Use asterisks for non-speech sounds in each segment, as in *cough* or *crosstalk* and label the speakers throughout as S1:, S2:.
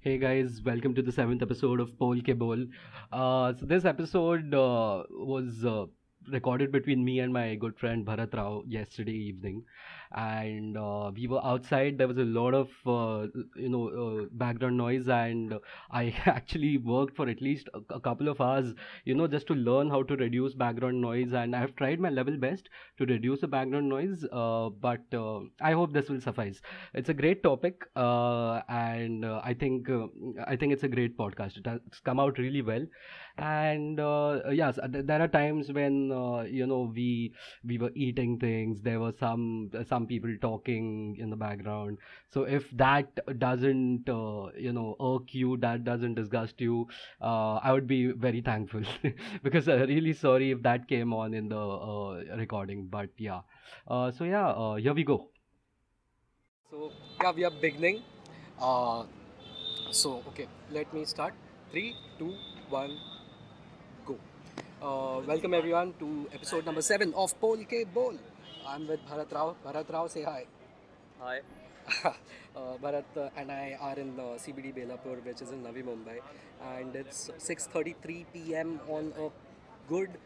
S1: Hey guys, welcome to the seventh episode of Pole Ke Bol. Uh, so this episode uh, was uh, recorded between me and my good friend Bharat Rao yesterday evening, and uh, we were outside. There was a lot of uh, you know uh, background noise, and I *laughs* actually worked for at least a, a couple of hours, you know, just to learn how to reduce background noise. And I've tried my level best to reduce the background noise, uh, but uh, I hope this will suffice it's a great topic uh, and uh, i think uh, i think it's a great podcast it has it's come out really well and uh, yes th- there are times when uh, you know we we were eating things there were some uh, some people talking in the background so if that doesn't uh, you know irk you that doesn't disgust you uh, i would be very thankful *laughs* because uh, really sorry if that came on in the uh, recording but yeah uh, so yeah uh, here we go
S2: So yeah, we are beginning. Uh, so okay, let me start. Three, two, one, go. Uh, welcome everyone to episode number seven of Pole K Bowl. I'm with Bharat Rao. Bharat Rao, say hi.
S3: Hi.
S2: *laughs* uh, Bharat uh, and I are in uh, CBD Belapur, which is in Navi Mumbai, and it's 6:33 p.m. on a good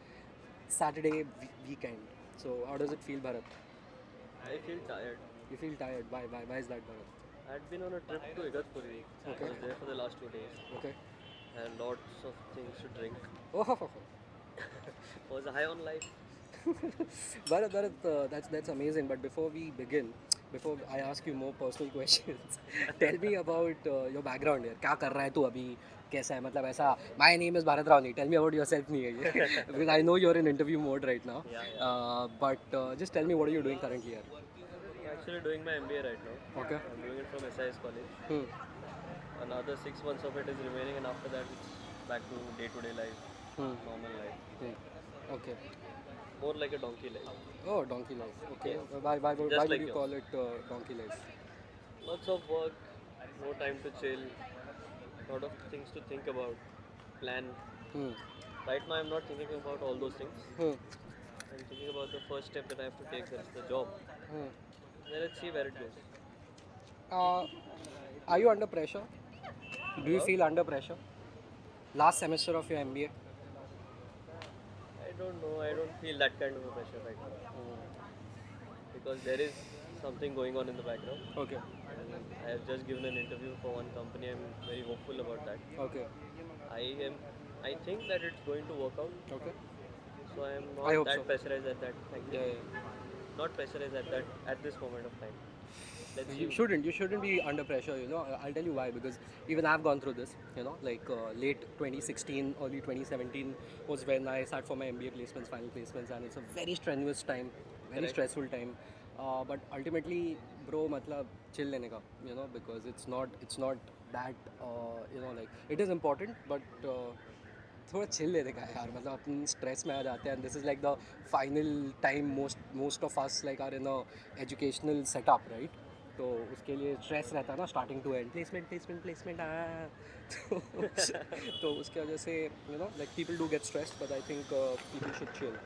S2: Saturday we- weekend. So how does it feel, Bharat?
S3: I feel tired.
S2: You feel tired? Why? Why? Why is that, Bharat?
S3: I had been on a trip to Igatpuri.
S2: Okay.
S3: I was there for the last two days.
S2: Okay.
S3: I had lots of things to drink.
S2: Oh, *laughs*
S3: was high on life.
S2: Bharat, Bharat, uh, that's that's amazing. But before we begin, before I ask you more personal *laughs* questions, tell me about uh, your background here. क्या कर रहा है तू अभी कैसा है मतलब ऐसा my name is Bharat Rawani. Tell me about yourself नहीं है ये *laughs* because I know you're in interview mode right now.
S3: Yeah, yeah.
S2: Uh, but uh, just tell me what are you doing currently here?
S3: I'm actually doing my MBA right now.
S2: Okay.
S3: I'm doing it from SIS College.
S2: Hmm.
S3: Another six months of it is remaining, and after that, it's back to day to day life,
S2: Hmm.
S3: normal life.
S2: hmm. Okay.
S3: More like a donkey life.
S2: Oh, donkey life. Okay. Why, why, why,
S3: Just
S2: why
S3: like
S2: would you
S3: yours.
S2: call it uh, donkey life?
S3: Lots of work, no time to chill, lot of things to think about, plan.
S2: Hmm.
S3: Right now, I'm not thinking about all those things.
S2: Hmm.
S3: I'm thinking about the first step that I have to take, that's the job.
S2: Hmm.
S3: Then let's see where it goes.
S2: Uh, are you under pressure? Do you feel under pressure? Last semester of your MBA.
S3: I don't know, I don't feel that kind of a pressure right now
S2: Oh.
S3: because there is something going on in the background.
S2: Okay.
S3: I have just given an interview for one company, I'm very hopeful about that.
S2: Okay.
S3: I am, I think that it's going to work out,
S2: Okay.
S3: so I am
S2: I
S3: not
S2: hope
S3: that
S2: so.
S3: pressurized at that time.
S2: Yeah. yeah.
S3: Not pressurized at that, at this moment of time. Let's see.
S2: You shouldn't. You shouldn't be under pressure. You know. I- I'll tell you why. Because even I've gone through this. You know, like uh, late 2016, early 2017 was when I sat for my MBA placements, final placements, and it's a very strenuous time, very
S3: Correct.
S2: stressful time. Uh, but ultimately, bro, matlab chill lene ka. You know, because it's not. It's not that. Uh, you know, like it is important, but. Uh, थोड़ा chill लेने का है यार मतलब अपन stress में आ जाते हैं this is like the final time most most of us like are in a educational setup right तो उसके लिए स्ट्रेस रहता है ना starting to end placement placement placement तो *laughs* तो उसकी वजह से you know like people do get stress but I think people should chill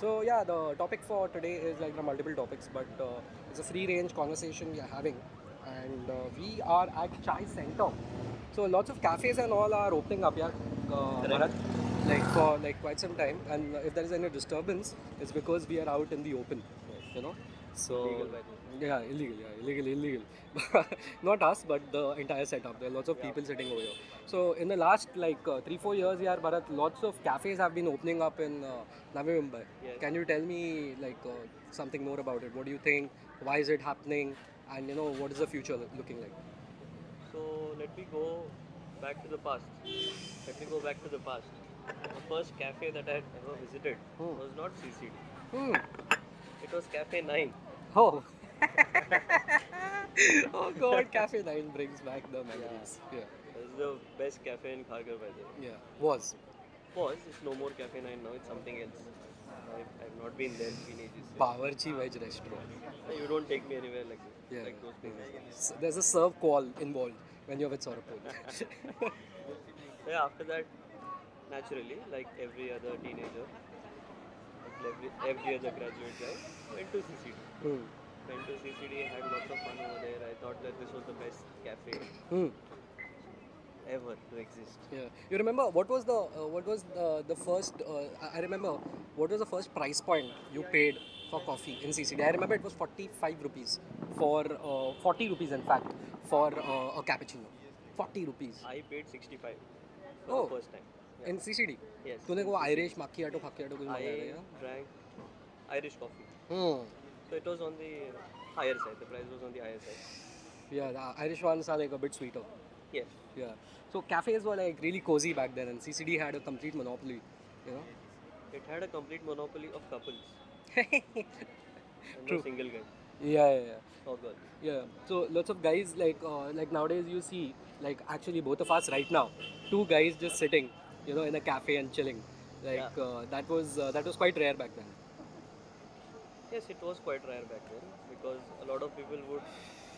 S2: So yeah, the topic for today is like there are multiple topics, but uh, it's a free-range conversation we are having, and uh, we are at Chai Center. So lots of cafes and all are opening up, yeah, uh,
S3: Correct.
S2: Bharat, like for like quite some time. And if there is any disturbance, it's because we are out in the open, you know. So
S3: Illegal, by the way.
S2: yeah, illegal, yeah, illegal, *laughs* illegal. Not us, but the entire setup. There are lots of
S3: Yeah.
S2: people sitting over here. So in the last like uh, three four years, yeah, Bharat, lots of cafes have been opening up in uh, Navi Mumbai.
S3: Yes.
S2: Can you tell me like uh, something more about it? What do you think? Why is it happening? And you know what is the future lo- looking like?
S3: So let me go back to the past. Let me go back to the past. The first cafe that I had ever visited
S2: Hmm.
S3: was not CCD.
S2: Hmm. *laughs*
S3: It was Cafe 9.
S2: Oh. *laughs* oh God, Cafe Nine brings back the memories. Yeah.
S3: It was the best cafe in Khargar, by the way.
S2: Yeah. Was.
S3: Was, it's no more Cafe 9 now, it's something else. I've, I've not been there in ages.
S2: Bawarchi Veg Restaurant.
S3: You don't take me anywhere like this.
S2: Yeah.
S3: Like those places.
S2: S- There's a serve call involved when you're with Saurabh.
S3: *laughs* Yeah, after that, naturally, like every other teenager, like every, every other graduate guy, went to CCD.
S2: *laughs* hmm.
S3: Went to CCD, had lots of fun over there. I thought that this was the best cafe.
S2: Hmm.
S3: ever to exist.
S2: Yeah. You remember what was the uh, what was the, the first? Uh, I- I remember what was the first price point you paid for coffee in CCD. I remember it was forty five rupees for uh, forty rupees in fact for uh, a cappuccino. Forty rupees
S3: I paid 65 for
S2: Oh.
S3: the first time. Yeah.
S2: in CCD.
S3: Yes.
S2: तूने वो Irish macchiato macchiato कुछ मंगाया था
S3: I
S2: क्या?
S3: drank Irish coffee.
S2: Hmm.
S3: So it was on the higher side. The price was on the higher side.
S2: Yeah, the Irish ones are like a bit sweeter.
S3: Yes.
S2: Yeah. So cafes were like really cozy back then, and CCD had a complete monopoly. You know. *laughs*
S3: It had a complete monopoly of couples. and
S2: True.
S3: No single guy
S2: Yeah, yeah, yeah.
S3: or girl.
S2: Yeah. So lots of guys like uh, like nowadays you see like actually both of us right now, two guys just sitting, you know, in a cafe and chilling. Like
S3: Yeah.
S2: uh, that was uh, that was quite rare back then.
S3: Yes, it was quite rare back then because a lot of people would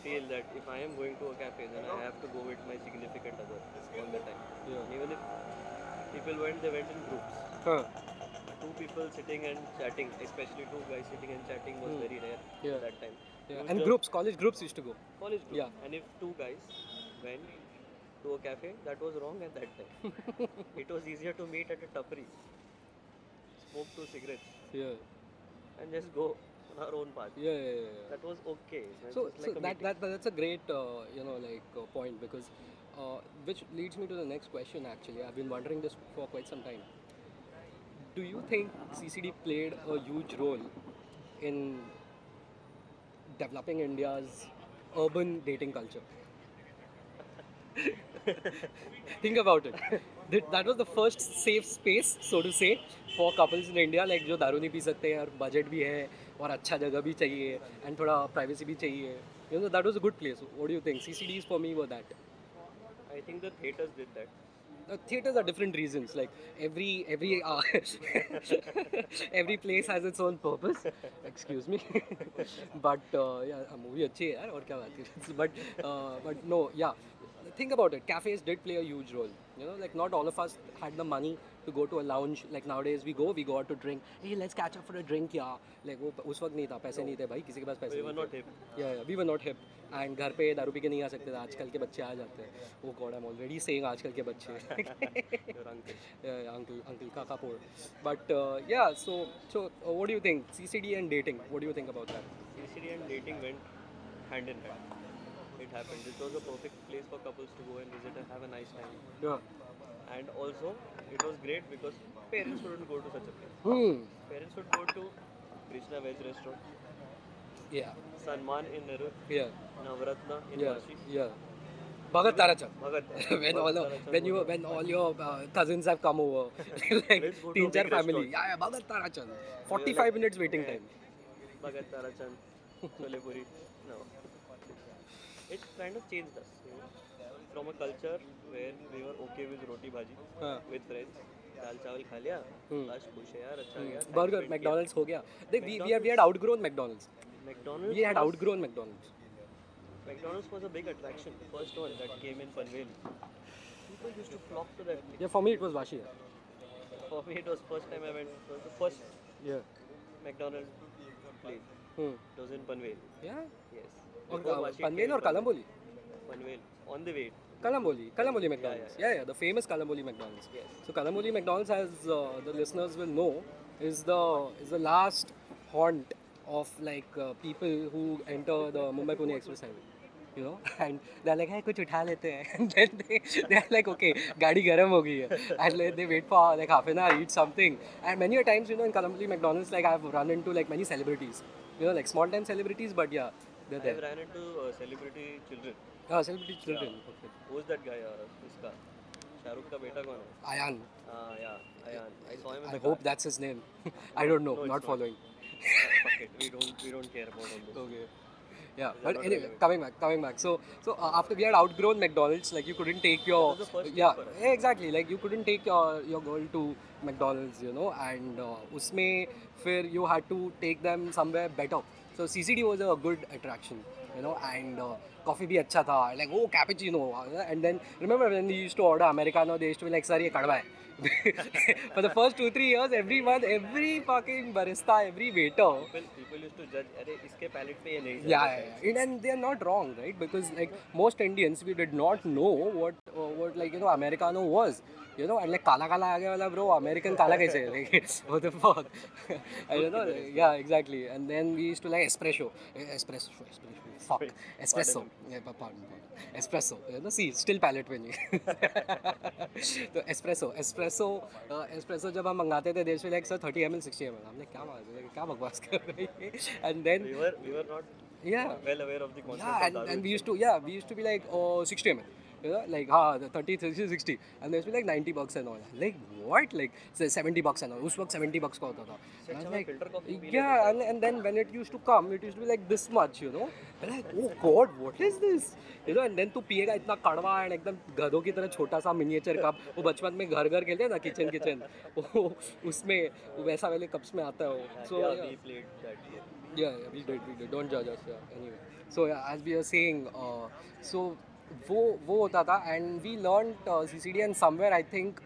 S3: feel that if I am going to a cafe, then I have to go with my significant other all the time. And even if people went, they went in groups.
S2: Huh.
S3: Two people sitting and chatting, especially two guys sitting and chatting, was
S2: Hmm.
S3: very rare
S2: Yeah.
S3: at that time.
S2: Yeah.
S3: It
S2: And
S3: was
S2: groups, college groups used to go.
S3: just College group.
S2: Yeah.
S3: And if two guys went to a cafe, that was wrong at that time.
S2: *laughs*
S3: it was easier to meet at a tapri, smoke two cigarettes,
S2: Yeah.
S3: and just go on our own path.
S2: Yeah. yeah, yeah, yeah.
S3: That was okay. It
S2: So,
S3: was
S2: so
S3: a
S2: that,
S3: meeting.
S2: that that's a great uh, you know like uh, point because uh, which leads me to the next question actually I've been wondering this for quite some time. Do you think CCD played a huge role in developing India's urban dating culture? Think about it. *laughs* That- That was the first safe space, so to say, for couples in India, like जो दारू नहीं P सकते और budget भी है और अच्छा जगह भी चाहिए एंड थोड़ा प्राइवेसी भी चाहिए you know that was a good place what do you think CCDs for me were that
S3: I think the theaters did that.
S2: Theatres are different reasons like every every *laughs* every place has its own purpose excuse *laughs* me but movie अच्छी है यार और क्या बात है *laughs* uh, but but no yeah think about it cafes did play a huge role you know like not all of us had the money to go to a lounge like nowadays we go we go out to drink hey let's catch up for a drink yeah like वो उस वक्त नहीं था पैसे नहीं थे भाई किसी के पास पैसे
S3: We
S2: नहीं
S3: were
S2: थे।
S3: not hip.
S2: Yeah we were not hip and घर पे दारू पी के नहीं आ सकते थे आजकल के बच्चे आ जाते हैं वो god I am already saying आजकल के बच्चे
S3: *laughs* Your uncle.
S2: अंकल अंकल काका पोर uh, but yeah so so what do you think CCD and dating what do you think about that
S3: CCD and dating went hand in hand. It happened. This was a perfect place for couples to go and visit and have a nice time. And also, it was great because parents wouldn't go to such a place.
S2: Hmm
S3: Parents would go to Krishna Veg Restaurant,
S2: या
S3: Sanman in Nerur,
S2: या
S3: Navratna in
S2: या
S3: Vashi,
S2: या Bhagat Tara Chand
S3: Bhagat.
S2: *laughs* when all when you when all your uh, cousins have come over *laughs* like
S3: Let's go to
S2: teen
S3: a
S2: char
S3: big
S2: family
S3: restaurant.
S2: yeah, yeah bhagat tara chand 45 minutes waiting time
S3: Bhagat Tarachand, Chole Puri. No. It kind of changed us. You know? From a culture where we were okay with roti bhaji,
S2: हाँ.
S3: with friends, दाल चावल खा लिया बस खुश है यार अच्छा गया
S2: Hmm. burger mcdonald's हो गया they we, we, had, we had outgrown mcdonald's
S3: McDonald's
S2: we had outgrown mcdonald's
S3: McDonald's was a big attraction, the first one that came in Panvel. People used to flock to that place.
S2: yeah for me it was vashi
S3: For me, it was first time I went. It was the first
S2: yeah
S3: McDonald's place.
S2: hmm.
S3: It was in Panvel.
S2: yeah uh,
S3: Yes.
S2: और
S3: Before Vashi
S2: Panvel
S3: came
S2: और Kalamboli
S3: Panvel. On the way.
S2: Kalamboli, Kalamboli McDonald's. Yeah, yeah, the famous Kalamboli McDonald's.
S3: Yes.
S2: So Kalamboli McDonald's, as uh, the listeners will know, is the is the last haunt of like uh, people who enter the Mumbai Pune Express Highway. You know, *laughs* and they're like, hey, कुछ उठा लेते हैं. *laughs* And then they they're like, okay, गाड़ी गर्म हो गई है. And like, they wait for like half an hour, eat something. And many a times, you know, in Kalamboli McDonald's, like I've run into like many celebrities. You know, like small time celebrities, but yeah, they're
S3: I
S2: there.
S3: ran into uh, celebrity children.
S2: Ah, celebrity children. Okay.
S3: Who's that guy? Uh, इसका शाहरुख का बेटा कौन है?
S2: Ayan.
S3: Uh, yeah, Ayan. I saw him. In
S2: I
S3: the
S2: hope that's his name. *laughs* I don't know.
S3: No, it's
S2: not
S3: not.
S2: following.
S3: car. Ah, Fuck it. We don't. We don't care about all this.
S2: Okay. Yeah,
S3: These are
S2: but
S3: not
S2: anyway,
S3: relevant.
S2: coming back, coming back. So, so uh, after we had outgrown McDonald's, like you couldn't take your
S3: That was the first
S2: yeah,
S3: step for us.
S2: yeah, exactly. Like you couldn't take your your girl to McDonald's, you know, and uh, usme, fir you had to take them somewhere better. So CCD was a good attraction, you know, and uh, coffee bhi acha tha, like oh cappuccino, uh, and then remember when you used to order americano, they used to be like sir ye kadwa hai. *laughs* For the first two three years, every month, every fucking barista, every waiter.
S3: people people used to judge अरे इसके palate पे ये नहीं
S2: Yeah, yeah, yeah. And- and they are not wrong, right? Because like most Indians, we did not know what uh, what like you know Americano was, you know, and like kala kala aage wala bro, American kala kaise? hai? Like *laughs* what the fuck? and, you know, like, yeah, exactly. And then we used to like espresso, Eh, espresso, espresso, fuck, espresso. Yeah, pa- pardon, pardon. Espresso. You know, see, still palette *laughs* में नहीं. तो espresso, espresso, uh, espresso जब हम मंगाते थे, देश में like sir 30 ml, 60 ml. हमने क्या मांगा? क्या बकवास कर रहे हैं? And then
S3: we were we were not
S2: yeah.
S3: well aware of the concept
S2: Yeah,
S3: of
S2: and, and we used to yeah we used to be like oh 60 ml. You know, like ha, the 30, 30, 60 and there's been like 90 bucks and all like what like say 70 bucks and all us waqt 70 bucks ka hota tha And I was
S3: हमें अच्छा, filter coffee पी
S2: yeah and, and then when it used to come it used to be like this much you know and like oh god what is this you know and then तू पिएगा इतना कड़वा and एकदम गधों की तरह छोटा सा मिनिएचर कप वो बचपन में घर घर खेलते हैं ना किचन किचन *laughs* वो उसमें वैसा वाले कप्स में आता है वो
S3: So
S2: so
S3: yeah, we played that year.
S2: yeah, yeah, we did, we did. Don't judge us. Yeah. Anyway, so yeah, as we were saying, uh, so वो वो होता था and we learn C C D and somewhere I think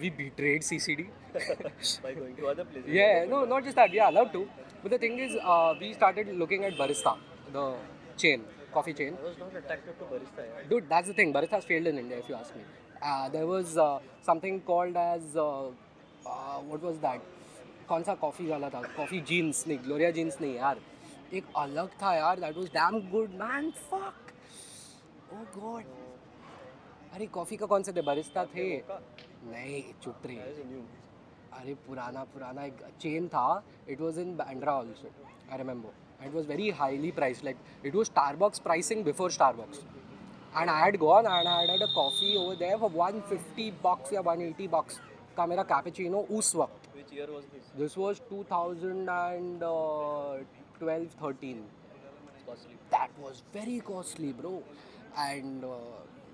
S2: we betrayed C C D
S3: *laughs* by going to other places.
S2: Yeah no not just that we are allowed to but the thing is we started looking at barista the chain coffee chain
S3: I was not attracted to barista. Yeah.
S2: Dude, that's the thing. Baristas failed in India, if you ask me. Uh, there was uh, something called as uh, uh, what was that? कौन सा coffee वाला था coffee jeans नहीं Gloria Jean's नहीं यार एक अलग था यार that was damn good man fuck oh god Oh अरे कॉफ़ी का कौन से थे बरिस्ता थे नहीं चुप रहे
S3: I was new.
S2: अरे पुराना पुराना एक चेन था it was in Bandra also I remember it was very highly price like it was Starbucks pricing before Starbucks and I had gone and I had a coffee over there for 150 bucks या 180 bucks का मेरा cappuccino उस वक्त
S3: Which year was this?
S2: This was 2012 13
S3: It's costly.
S2: That was very costly bro and uh,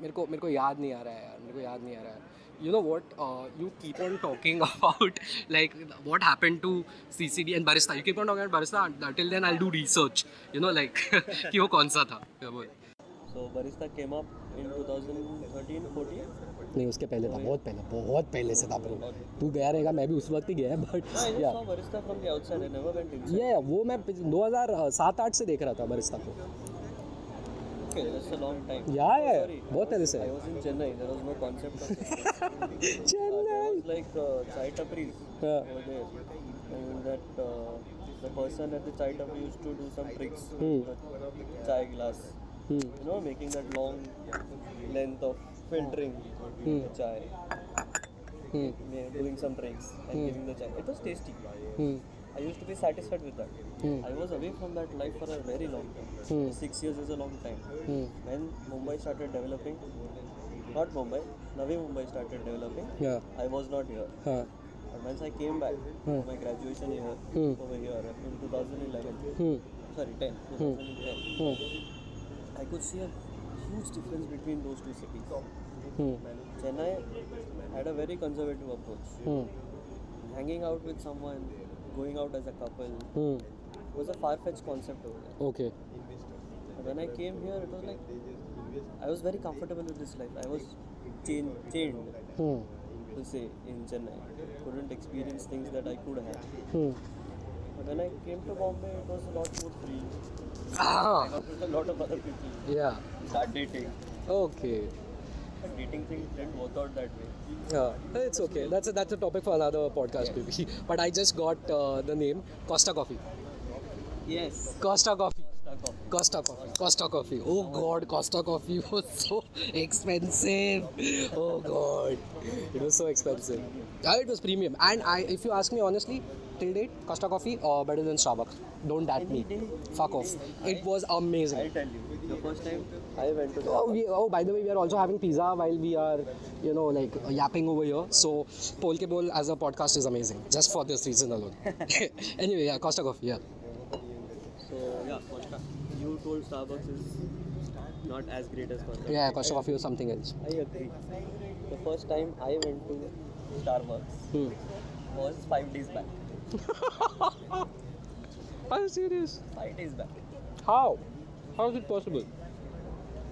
S2: मेरे को मेरे को याद नहीं आ रहा है यार मेरे को याद नहीं आ रहा है you know what you keep on *laughs* talking about like what happen to C C D and Barista you keep on talking Barista till then I do research you know like *laughs* कि वो कौन सा था क्या बोल
S3: So barista came up in 2013, 14.
S2: नहीं उसके पहले था बहुत पहले बहुत पहले से था ब्रो तू गया रहेगा मैं भी उस वक्त ही गया but
S3: I just saw barista from the outside. I never went inside.
S2: ये वो मैं दो हज़ार सात आठ से देख रहा था बरिस्ता को
S3: Okay, that's a long time.
S2: या है
S3: Sorry.
S2: बहुत पहले से
S3: I was in Chennai. There was no concept of. it. Uh, there
S2: Chennai
S3: was like uh, chai tapris
S2: Yeah.
S3: over there, and that uh, the person at the chai tapri used to do some tricks with the chai glass.
S2: Hmm,
S3: You know, making that long length of filtering the chai,
S2: hmm,
S3: ma- doing some tricks and giving the chai. It was tasty.
S2: Hmm,
S3: I used to be satisfied with that.
S2: Hmm.
S3: I was away from that life for a very long time. Six years is a long time. When Mumbai started developing, not Mumbai, Navi Mumbai started developing.
S2: Yeah
S3: I was not here.
S2: हाँ
S3: And once I came back for my graduation year over here in 2011,
S2: Hmm.
S3: sorry, 10, 2010, I could see a huge difference between those two cities.
S2: Hmm.
S3: Chennai had a very conservative approach.
S2: Hmm.
S3: Hanging out with someone, going out as a couple,
S2: Hmm.
S3: was a far fetched concept over there.
S2: Okay
S3: And when I came here, it was like I was very comfortable with this life. I was chained, chained to say in Chennai. Couldn't experience things that I could have.
S2: Hmm.
S3: But when I came to Bombay, it was a lot more free. I got with a lot of other people.
S2: Yeah.
S3: Start dating.
S2: Hmm. Okay.
S3: But dating thing didn't work out that way.
S2: Yeah. It's okay. That's a, that's a topic for another podcast, maybe. But I just got uh, the name Costa Coffee.
S3: Yes.
S2: Costa Coffee.
S3: Stuck off.
S2: Costa Coffee. Costa Coffee. Oh God, Costa Coffee *laughs* was so expensive. Oh God, it was so expensive. Yeah, it was premium. And I, if you ask me honestly, till date, Costa Coffee uh, better than Starbucks. Don't at me. Fuck off. It was amazing.
S3: I'll tell you. The first time I went to
S2: Oh, we, oh, by the way, we are also having pizza while we are, you know, like uh, yapping over here. So, Polke Bowl as a podcast is amazing, just for this reason alone. *laughs* anyway, yeah, Costa Coffee, yeah.
S3: So yeah, Costa. You told Starbucks is not as great as Costa.
S2: Yeah, Costa Coffee or something else.
S3: I agree. The first time I went to Starbucks
S2: Hmm.
S3: was five days back.
S2: Are you serious?
S3: Five days back.
S2: How? How is it possible?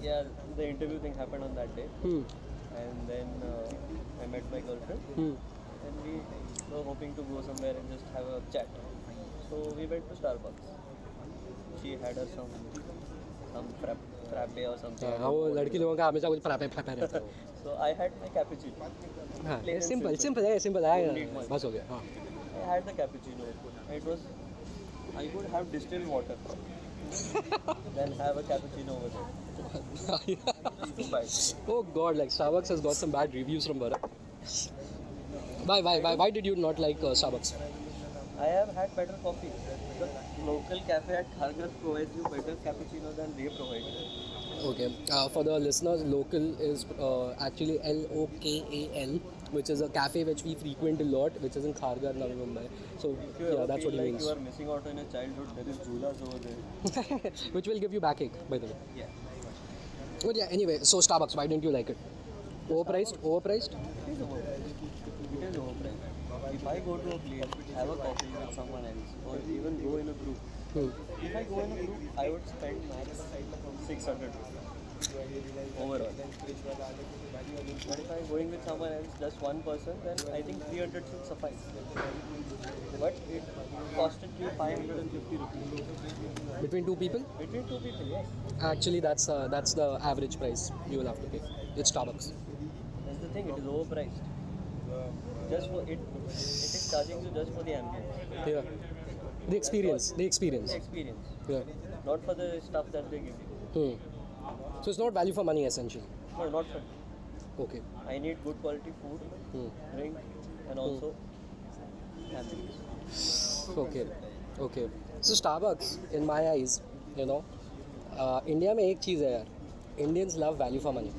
S3: Yeah, the interview thing happened on that day,
S2: Hmm.
S3: and then uh, I met my girlfriend,
S2: Hmm.
S3: and we were hoping to go somewhere and just have a chat. So we went to Starbucks. She had her some some frap, frappe or something. I
S2: हाँ,
S3: don't
S2: वो
S3: know what
S2: लड़की लोगों का हमेशा कुछ frappe frappe *laughs* रहता है
S3: it was. So I had my cappuccino.
S2: वो। हाँ
S3: Plain and
S2: simple
S3: simple.
S2: Simple है सिंपल है
S3: Don't need much.
S2: बस हो गया हाँ
S3: I had the cappuccino. It was I could have distilled
S2: *laughs*
S3: water, then have a cappuccino over there. Two bites.
S2: *laughs* Oh god, like Starbucks has got some bad reviews from Bharat. Why, why, why, why did you not like uh, Starbucks?
S3: I have had better coffee. The local cafe at Khargar provides you better cappuccino than they provide.
S2: Okay, uh, for the listeners, local is uh, actually L O K A L, which is a cafe which we frequent a lot, which is in Khargar, Navi Mumbai. So
S3: If you
S2: yeah,
S3: ever
S2: that's
S3: feel
S2: what he
S3: like
S2: means.
S3: you are missing out on your childhood, there is Julas over there.
S2: *laughs* which will give you backache, by the way.
S3: Yeah.
S2: But yeah, anyway, so Starbucks, why didn't you like it? Overpriced? Overpriced?
S3: It is overpriced. It is overpriced. If I go to a place, have a coffee with someone else, or even go in a group,
S2: Hmm.
S3: If I go in a group, I would spend max 600 overall. But if I'm going with someone else, just one person, then I think 300 should suffice. But it costed you 550 rupees.
S2: Between two people?
S3: Between two people, yes.
S2: Actually, that's uh, that's the average price you will have to pay. It's Starbucks.
S3: That's the thing, it is overpriced. Just for it, it is charging you just for the ambience,
S2: Yeah. The experience. The experience.
S3: the experience,
S2: Yeah.
S3: not for the stuff that they give you.
S2: Hmm. So it's not value for money essentially.
S3: No, not for.
S2: Okay.
S3: I need good quality food,
S2: Hmm.
S3: drink, and also ambience.
S2: Okay. Okay. So Starbucks, in my eyes, you know, uh, India में एक चीज़ है यार Indians love value for money.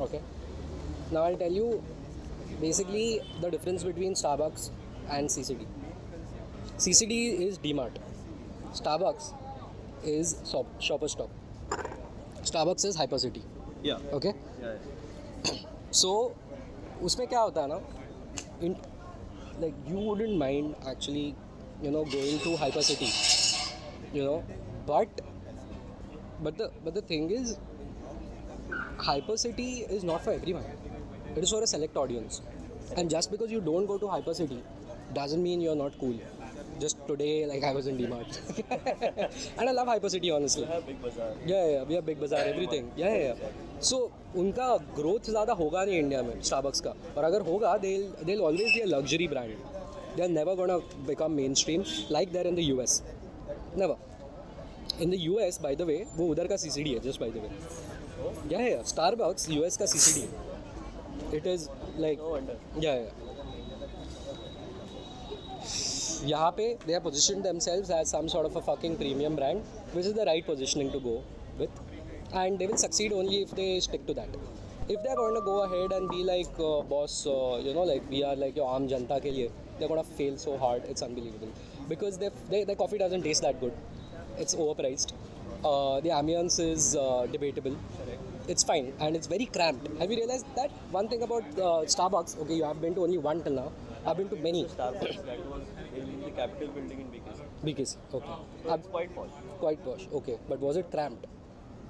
S2: Okay. Now I'll tell you basically the difference between Starbucks and CCD. CCD is DMart. Starbucks is shop, Shoppers Stop. Starbucks is Hypercity.
S3: Yeah.
S2: Okay.
S3: Yeah.
S2: सो उसमें क्या होता है ना in like you wouldn't mind actually you know going to hyper city you know but but the but the thing is hyper city is not for every one it is for a select audience and just because you don't go to hyper city doesn't mean you are not cool just today like I was in D *laughs* Mart and I love hyper city honestly
S3: have big bazaar.
S2: Yeah yeah we Big Bazaar everything yeah yeah so उनका growth ज़्यादा होगा नहीं India में Starbucks का और अगर होगा they they always be a luxury brand they are never gonna become mainstream like there in the U S never in the U S by the way वो उधर का सी सी डी है just by the way या या Starbucks U S का C C D है it is like
S3: No wonder.
S2: या या यहाँ पे they are position themselves as some sort of a fucking premium brand, which is the right positioning to go with, and they will succeed only if they stick to that. If they're going to go ahead and be like, uh, boss, uh, you know, like we are like your आम जनता के लिए, they're going to fail so hard, it's unbelievable, because they, they, their coffee doesn't taste that good, it's overpriced. Uh, the ambience is uh, debatable. It's fine and it's very cramped. Have you realized that one thing about uh, Starbucks? Okay, you have been to only one till now. I've been to many.
S3: Starbucks that was in the Capitol building in BKC.
S2: BKC. Okay.
S3: So
S2: Ab-
S3: it's quite posh.
S2: quite posh. Okay. But was it cramped?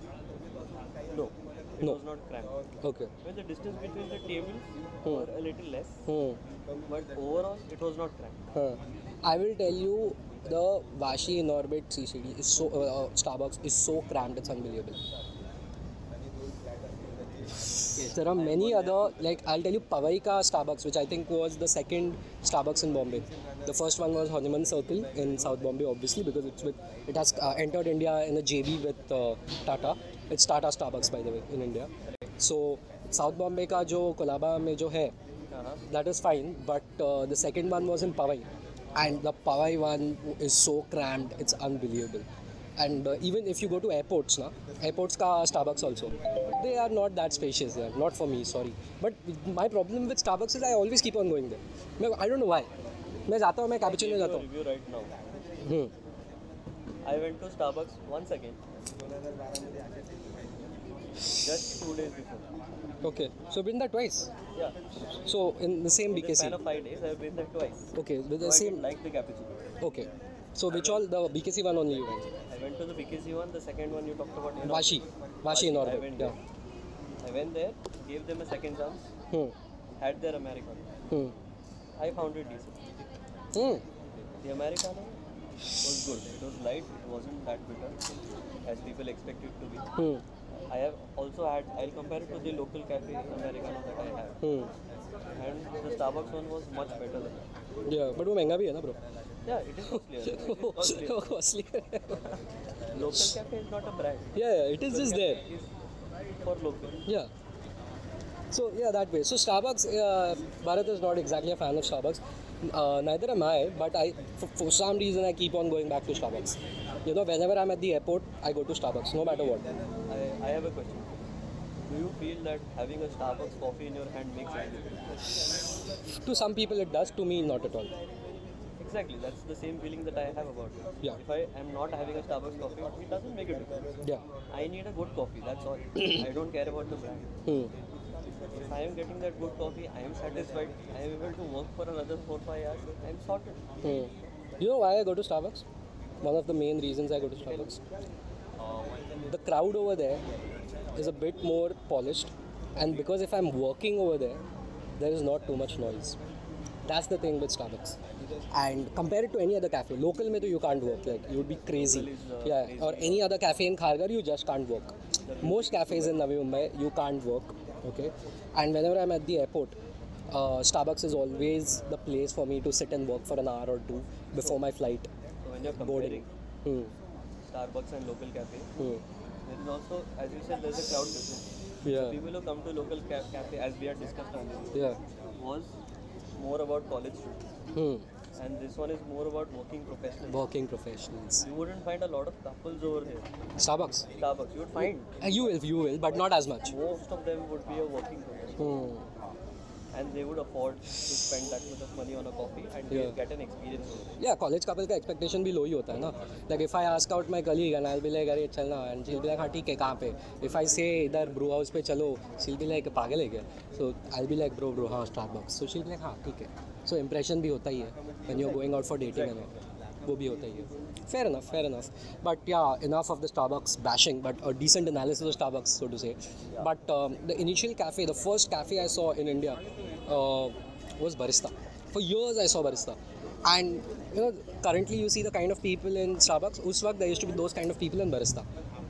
S3: No. It
S2: No.
S3: was not cramped.
S2: Okay.
S3: Well, the distance between the tables were a little less,
S2: Hmm.
S3: but overall it was not cramped.
S2: Huh. हाँ। I will tell you the Vashi in orbit CCD is so uh, uh, Starbucks is so cramped. It's unbelievable. There are many other like I'll tell you Pavaika Starbucks, which I think was the second Starbucks in Bombay. The first one was Honeyman Circle in South Bombay, obviously because it's with it has uh, entered India in a JV with uh, Tata. It's Tata Starbucks by the way in India. So South Bombay का जो कोलाबा में जो है
S3: Uh-huh.
S2: that is fine but uh, the second one was in pawai and the pawai one is so cramped it's unbelievable and uh, even if you go to airports na airports ka starbucks also they are not that spacious there not for me sorry but my problem with starbucks is i always keep on going there मैं- i don't know why मैं जाता हूँ मैं cappuccino
S3: Give you
S2: जाता
S3: a
S2: हूँ
S3: review right now.
S2: Hmm,
S3: I went to Starbucks once again. Just two days before.
S2: okay so been that twice
S3: Yeah.
S2: so in the same
S3: In the
S2: BKC
S3: span of five days, I've been there twice.
S2: okay with
S3: So
S2: the
S3: I
S2: same
S3: didn't like the cappuccino.
S2: Okay. So which all the BKC one only you went?
S3: I went to the BKC one, the second one you talked about. in
S2: Vashi, Vashi in
S3: I
S2: Orbit.
S3: went
S2: Yeah.
S3: there. I went there, gave them a second chance,
S2: Hmm.
S3: had their Americano.
S2: Hmm.
S3: I found it decent.
S2: Hmm.
S3: The Americano was good. It was light, it wasn't that bitter as people expect it to be.
S2: Hmm.
S3: I have also had, I'll compare it to the local cafe Americano that I had.
S2: Hmm.
S3: And the Starbucks one was much better than that.
S2: Yeah, but वो महंगा भी है ना bro. *laughs*
S3: Yeah, it is costlier. It is costlier.
S2: वो costly है.
S3: Local cafe is not a brand.
S2: Yeah, yeah, it is just there.
S3: Cafe is for local.
S2: Yeah. So yeah, that way. So Starbucks, uh, Bharat is not exactly a fan of Starbucks. Uh, neither am I, but I, for, for some reason, I keep on going back to Starbucks. You know, whenever I'm at the airport, I go to Starbucks, no matter what.
S3: I, I have a question. Do you feel that having a Starbucks coffee in your hand makes a difference?
S2: To some people, it does. To me, not at all.
S3: Exactly, that's the same feeling that I have about it.
S2: Yeah.
S3: If I am not having a Starbucks coffee, it doesn't make a difference.
S2: Yeah.
S3: I need a good coffee, that's all. I don't care about the brand.
S2: Hmm.
S3: If I am getting that good coffee, I am satisfied. I am able to work for another 4 5 hours. I am sorted.
S2: Hmm. You know why I go to Starbucks? One of the main reasons I go to Starbucks. The crowd over there is a bit more polished, and because if I'm working over there, there is not too much noise. That's the thing with Starbucks. And compare it to any other cafe. Local में तो you can't work. Like you would be crazy. yeah. Or any other cafe in Kharghar, you just can't work. Most cafes in Navi Mumbai, you can't work. Okay. And whenever I'm at the airport, uh, Starbucks is always the place for me to sit and work for an hour or two before my flight.
S3: So when you are comparing
S2: Boarding. Hmm.
S3: Starbucks and local cafe,
S2: Hmm.
S3: there is also, as you said, there is a crowd difference.
S2: Yeah.
S3: People who come to local ca- cafe, as we had discussed earlier,
S2: Yeah.
S3: was more about college students,
S2: Hmm.
S3: and this one is more about working professionals.
S2: Working professionals.
S3: You wouldn't find a lot of couples over here.
S2: Starbucks.
S3: Starbucks, you would find
S2: Uh, you will, you will, but not as much.
S3: most of them would be a working professional,
S2: Hmm.
S3: and they would afford to spend that much of money on a coffee and
S2: Yeah.
S3: they'll get an experience over it.
S2: Yeah, college couple का expectation भी low ही होता है ना. Like if I ask out my colleague and I'll be like अरे चलना and she'll be like हाँ ठीक है कहाँ पे? If I say इधर brew house पे चलो, she'll be like पागल है क्या? So I'll be like bro bro हाँ Starbucks. So she'll be like हाँ ठीक है. So impression भी होता ही है when you're going out for dating and all. वो भी होता ही है. Fair enough, fair enough. But yeah, enough of the Starbucks bashing, but a decent analysis of Starbucks, so to say. But um, the initial cafe, the first cafe I saw in India uh, was barista. For years I saw barista. And you know, currently you see the kind of people in Starbucks. उस वक्त there used to be those kind of people in barista,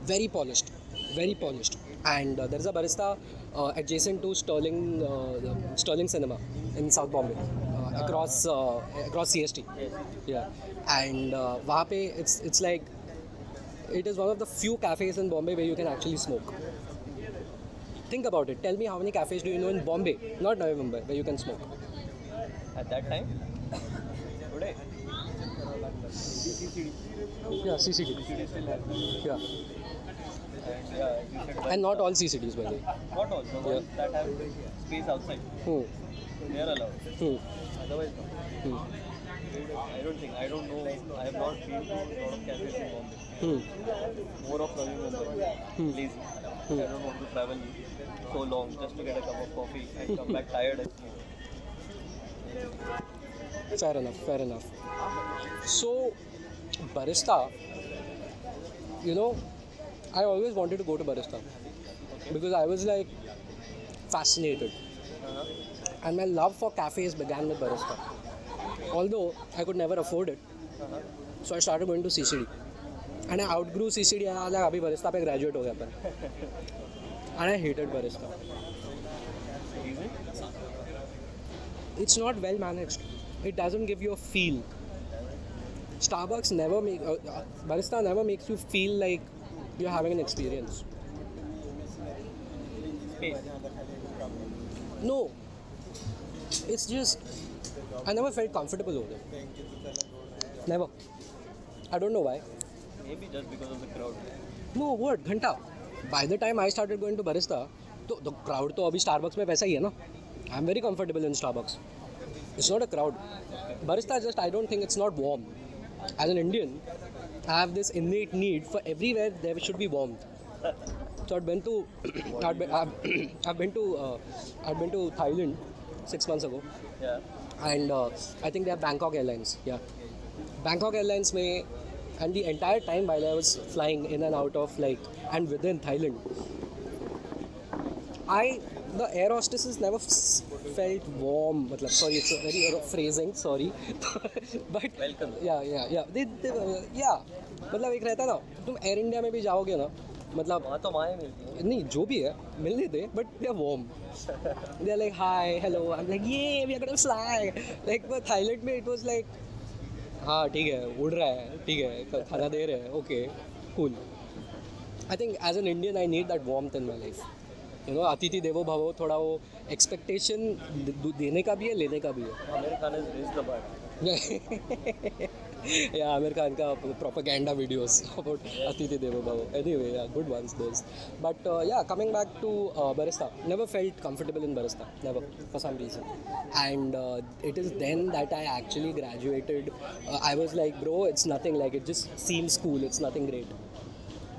S2: very polished, very polished. And uh, there is a barista uh, adjacent to Sterling uh, the Sterling Cinema in South Bombay, uh, across uh, across CST. Yeah, and uh, वहाँ पे it's it's like it is one of the few cafes in Bombay where you can actually smoke. Think about it. Tell me how many cafes do you know in Bombay, not Navi Mumbai, where you can smoke?
S3: At that time, today,
S2: Yeah, CCD.
S3: CCD still has that.
S2: Yeah.
S3: And yeah, as you said, but
S2: And not all CCDs, by the way.
S3: not all. The ones that have space outside,
S2: Hmm.
S3: they are allowed.
S2: Hmm.
S3: Otherwise, no.
S2: Hmm.
S3: I don't think, I don't know, I have not been to a lot of cafes in Bombay.
S2: Hmm.
S3: More of Navi Mumbai. Lazy. I don't want to travel so long just to get a cup of coffee and come back tired and sleep.
S2: Fair enough. Fair enough. So, barista. You know, I always wanted to go to barista because I was like fascinated,
S3: Uh-huh.
S2: and my love for cafes began with barista. Although I could never afford it, so I started going to CCD. And I outgrew CCD and I was like, अभी barista पे graduate हो गया अपन. And I hated barista.
S3: Reason?
S2: it's not well managed. It doesn't give you a feel. Starbucks never make uh, uh, barista never makes you feel like you're having an experience.
S3: Space.
S2: No, it's just I never felt comfortable over there. Never. I don't know why.
S3: Maybe just because of the crowd.
S2: No, what घंटा. By the time I started going to barista, तो the crowd तो अभी Starbucks में वैसा ही है ना. I'm very comfortable in Starbucks. It's not a crowd. Barista just I don't think it's not warm. As an Indian, I have this innate need for everywhere there should be warmth. So I'd been to I'd been, I've, *clears throat* I've been to uh, I've been to Thailand six months ago
S3: Yeah.
S2: and uh, I think they have Bangkok Airlines. Yeah, Bangkok Airlines में and the entire time while I was flying in and out of like and within Thailand, I the air hostesses never s- felt warm. मतलब sorry, it's a very error- phrasing. Sorry, *laughs* but
S3: Welcome.
S2: Yeah, yeah, yeah. They, they, uh, yeah. मतलब एक रहता ना तुम air India में भी जाओगे ना मतलब
S3: वहाँ तो माया मिलती है
S2: नहीं जो भी है मिलने they but they are warm they like hi hello I am like ये we are gonna fly like Thailand में इट वाज लाइक हाँ ठीक है उड़ रहा है ठीक है ख- खाना दे रहे हैं okay cool I think as an Indian I need that warm in my life you know Atithi Devo भवो थोड़ा वो एक्सपेक्टेशन देने का भी है लेने का भी है
S3: Aamir Khan is ridge the bird
S2: yeah, *laughs* Amir Khan ka propaganda videos *laughs* about Atiti Devo Bhava. Anyway, yeah, good ones those. But uh, yeah, coming back to uh, Barista, never felt comfortable in Barista, never for some reason. And uh, it is then that I actually graduated. Uh, I was like, bro, it's nothing. Like it just seems cool. It's nothing great.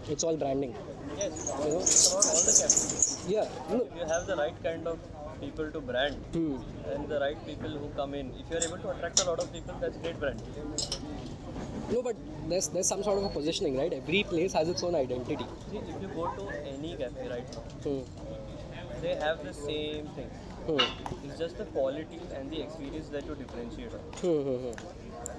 S2: It's all branding.
S3: Yes
S2: You know?
S3: All the cafes
S2: Yeah. No.
S3: You have the right kind of people to brand
S2: Hmm.
S3: and the right people who come in. If you are able to attract a lot of people, that's great brand.
S2: No, but there's there's some sort of a positioning, right? Every place has its own identity.
S3: See, if you go to any cafe right now,
S2: Hmm.
S3: they have the same thing.
S2: Hmm.
S3: It's just the quality and the experience that you differentiate on.
S2: Hmm. Hmm. Hmm.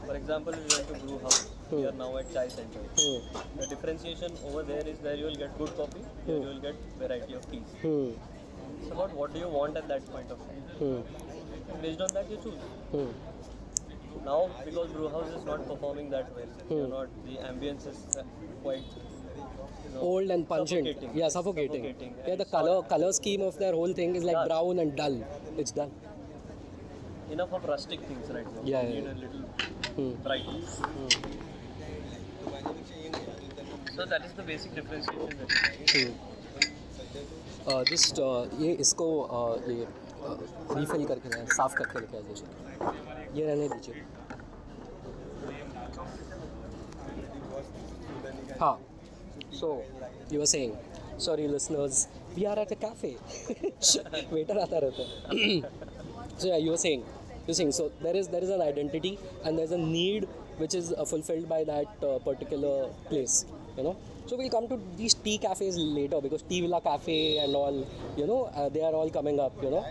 S3: For example, we went to Brew House. We are now at Chai Center.
S2: Hmm.
S3: The differentiation over there is that you will get good coffee, here you will get variety of teas.
S2: Hmm.
S3: It's about what do you want at that point of time.
S2: Hmm.
S3: Based on that, you choose.
S2: Hmm.
S3: Now, because Brewhouse is not performing that well, you're not the ambience is uh, quite you know,
S2: Old and pungent.
S3: suffocating.
S2: Yeah, suffocating.
S3: Suffocating.
S2: Yeah, the color color scheme of their whole thing is like
S3: Dull.
S2: brown and dull. It's dull.
S3: Enough of rustic things right now.
S2: Yeah,
S3: We
S2: yeah,
S3: need a little
S2: Hmm.
S3: brightness. So that is the basic differentiation. That we have.
S2: Hmm. Uh, just uh, ये इसको uh, ये refill करके रखें, साफ करके रखे दीजिए ये रहने दीजिए हाँ so you are saying sorry listeners we are at a *laughs* cafe waiter आता रहता है *clears throat* So yeah, you were saying, you were saying. So there is there is an identity and there's a need which is uh, fulfilled by that uh, particular place. You know. So we'll come to these tea cafes later because Tea Villa Cafe and all. You know, uh, they are all coming up. You know,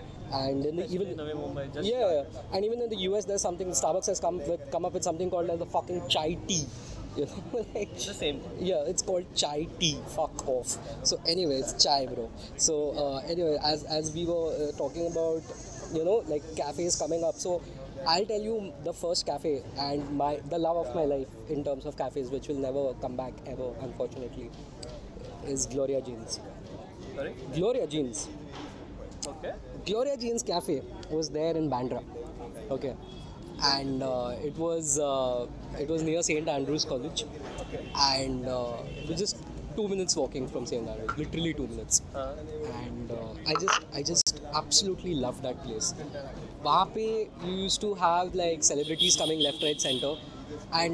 S2: and in the
S3: In
S2: even.
S3: Navi Mumbai, just
S2: Yeah, and even in the US, there's something Starbucks has come with, come up with something called as the fucking chai tea. *laughs* You know, like
S3: it's the same. thing.
S2: yeah, it's called chai tea. Fuck off. So, anyway, it's chai, bro. So, uh, anyway, as as we were uh, talking about, you know, like cafes coming up. So, I'll tell you the first cafe and my the love of my life in terms of cafes, which will never come back ever, unfortunately, is Gloria Jeans.
S3: Sorry.
S2: Gloria Jeans.
S3: Okay.
S2: Gloria Jeans Cafe was there in Bandra. Okay. And uh, it was uh, it was near St Andrews College, and uh, it was just two minutes walking from St Andrews, literally two minutes.
S3: Uh,
S2: And uh, I just I just absolutely love that place. वहाँ पे you used to have like celebrities coming left, right, center, and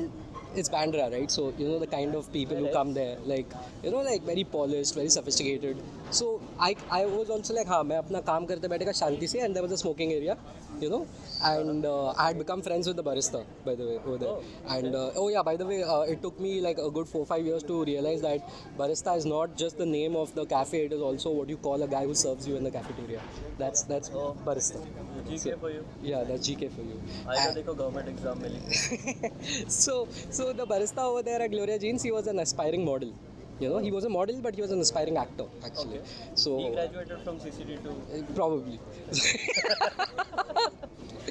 S2: it's Bandra, right? So you know the kind of people who come there, like you know like very polished, very sophisticated. So I I was also like हाँ मैं अपना काम करते बैठेगा शांति से and there was a smoking area, you know, and uh, I had become friends with the barista by the way over there. And uh, oh yeah, by the way, uh, it took me like a good four five years to realize that barista is not just the name of the cafe; it is also what you call a guy who serves you in the cafeteria. That's that's barista. So-
S3: GK for you.
S2: yeah, that's GK for you. *laughs*
S3: आएगा देखो government exam में लिखा
S2: so, so the barista over there at Gloria Jeans, he was an aspiring model. You know, he was a model, but he was an aspiring actor actually. So
S3: He graduated from CCD to
S2: probably. *laughs*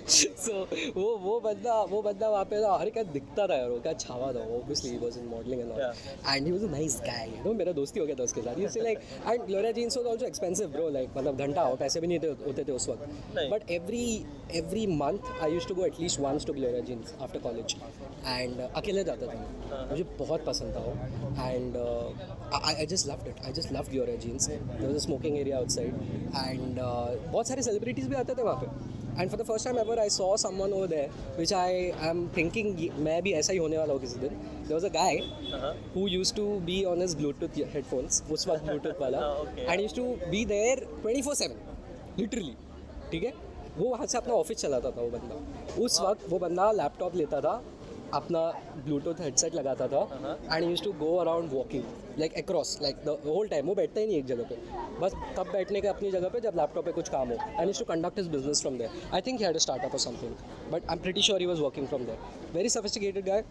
S2: सो वो वो बंदा वो बंदा वहाँ पे ना अरे क्या दिखता था यार वो क्या छावा था obviously he was in modelling and
S3: Yeah.
S2: And he was a nice guy you know मेरा दोस्ती हो गया था उसके साथ इससे like and Gloria Jeans was also expensive bro like मतलब घंटा और पैसे भी नहीं थे, होते थे उस वक्त
S3: नहीं।
S2: But every every month I use to go at least once to Gloria Jeans after college and uh, अकेले जाता था मैं। मुझे बहुत पसंद था वो uh, and I just loved it I just love Gloria Jeans there was a smoking area outside and uh, बहुत सारे सेलिब्रिटीज भी आते थे वहाँ पे and for the first time ever I saw someone over there which I I am thinking मैं भी ऐसा ही होने वाला हूँ किसी दिन there was a guy
S3: uh-huh.
S2: who used to be on his Bluetooth headphones, उस वक्त Bluetooth वाला
S3: हाँ, okay.
S2: and used to be there 24/7 literally ठीक है वो वहाँ से अपना ऑफिस चलाता था वो बंदा उस वक्त वो बंदा लैपटॉप लेता था अपना ब्लूटूथ हेडसेट लगाता था and use to go around walking like across like the whole time वो बैठता ही नहीं एक जगह पे बस तब बैठने का अपनी जगह पे जब लैपटॉप पे कुछ काम हो and use to conduct his business from there I think he had a startup और something but I am pretty sure he was working from there very sophisticated guy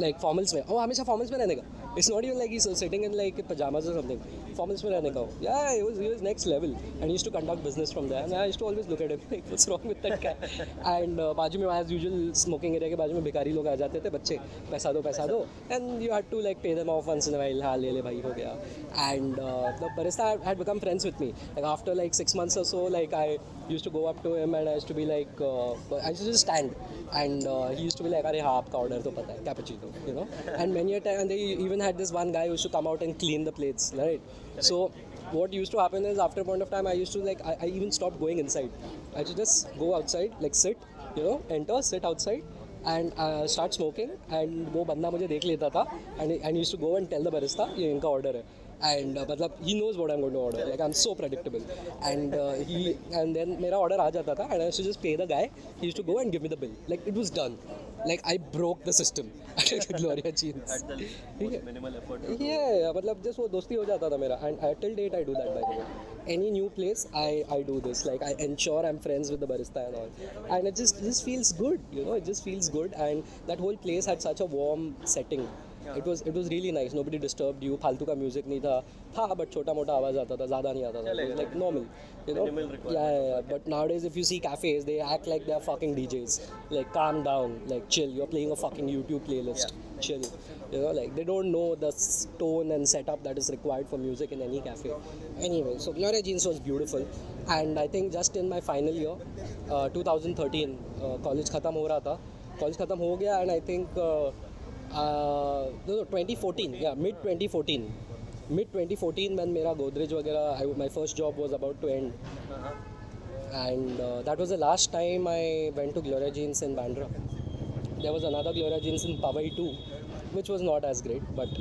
S2: like formals में वो हमेशा formals में रहने का it's not even like is sitting in like pyjamas और something formals में रहने का या he was he was next level and use to conduct business from there and I use to always look at *laughs* him like what's wrong with that guy and uh, बाजू में as usual smoking area के बाजू में भिखारी लोग आ जाते थे बच्चे पैसा दो पैसा दो and you had to like pay them off once in while हाँ ले ले भाई हो गया uh, and the barista had become friends with me like after like six months और so like I used to go up to him and I used to be like, uh, I used to just stand and uh, he used to be like, अरे हाँ आपका order तो पता है cappuccino, you know. And many a time and they even had this one guy who used to come out and clean the plates, right? So what used to happen is after a point of time I used to like I, I even stopped going inside. I used to just go outside, like sit, you know, enter, sit outside. uh, and start smoking and वो बंदा मुझे देख लेता था and and use to go and tell the barista ये इनका order है and uh, मतलब he knows what I going to order like I am so predictable and he and then मेरा ऑर्डर आ जाता था and I just pay the guy he to go and give me the bill like it was done like I broke the system *laughs* Gloria चीज
S3: at the most minimal effort.
S2: ये मतलब just वो दोस्ती हो जाता था मेरा and till date I do that by the any new place I I do this like I ensure I am friends with the barista and all and it just just feels good you know it just feels good and that whole place had such a warm setting it was it was really nice nobody disturbed you फालतू का music नहीं था था but छोटा मोटा आवाज आता था ज़्यादा नहीं आता था like normal you
S3: Minimal
S2: no yeah, but nowadays if you see cafes, they act like they're fucking DJs. Like, calm down, like, chill. You're playing a fucking YouTube playlist. Chill. You know, like, they don't know the s- tone and setup that is required for music in any cafe. Anyway, so Gloria Jeans was beautiful. And I think just in my final year, uh, 2013, uh, college khatam ho raha tha. College khatam ho gaya and I think, uh, uh, no, no, 2014, yeah, mid 2014. Mid 2014 when मेरा गोदरेज वगैरह I my first job was about to and and that was the last time I went to Gloria Jeans in Bandra there was another Gloria Jeans in Powai too which was not as great but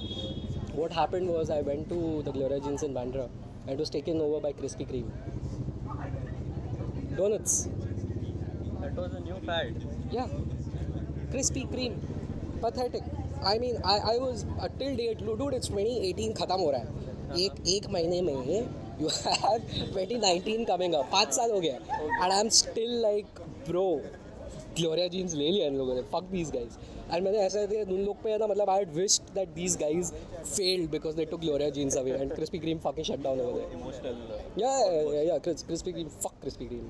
S2: what happen was I went to the Gloria Jeans in Bandra and was taken over by Krispy Kreme doughnuts
S3: That was a new fad.
S2: Yeah. Krispy Kreme. Pathetic. I mean, I, I was uh, till date, dude, it's 2018 खत्म हो रहा है एक एक महीने में you have 2019 coming up पाँच साल हो गया and I am still like bro Gloria Jeans ले लिया इन लोगों ने फक दीज गाइज एंड मैंने ऐसा दिया उन लोग पे ना मतलब I wished that these guys failed because they to Gloria Jeans away and Krispy Kreme fucking shut down हो गए
S3: Emotional. uh,
S2: Yeah, yeah, yeah, yeah. Kris- Krispy Kreme. Fuck Krispy Kreme.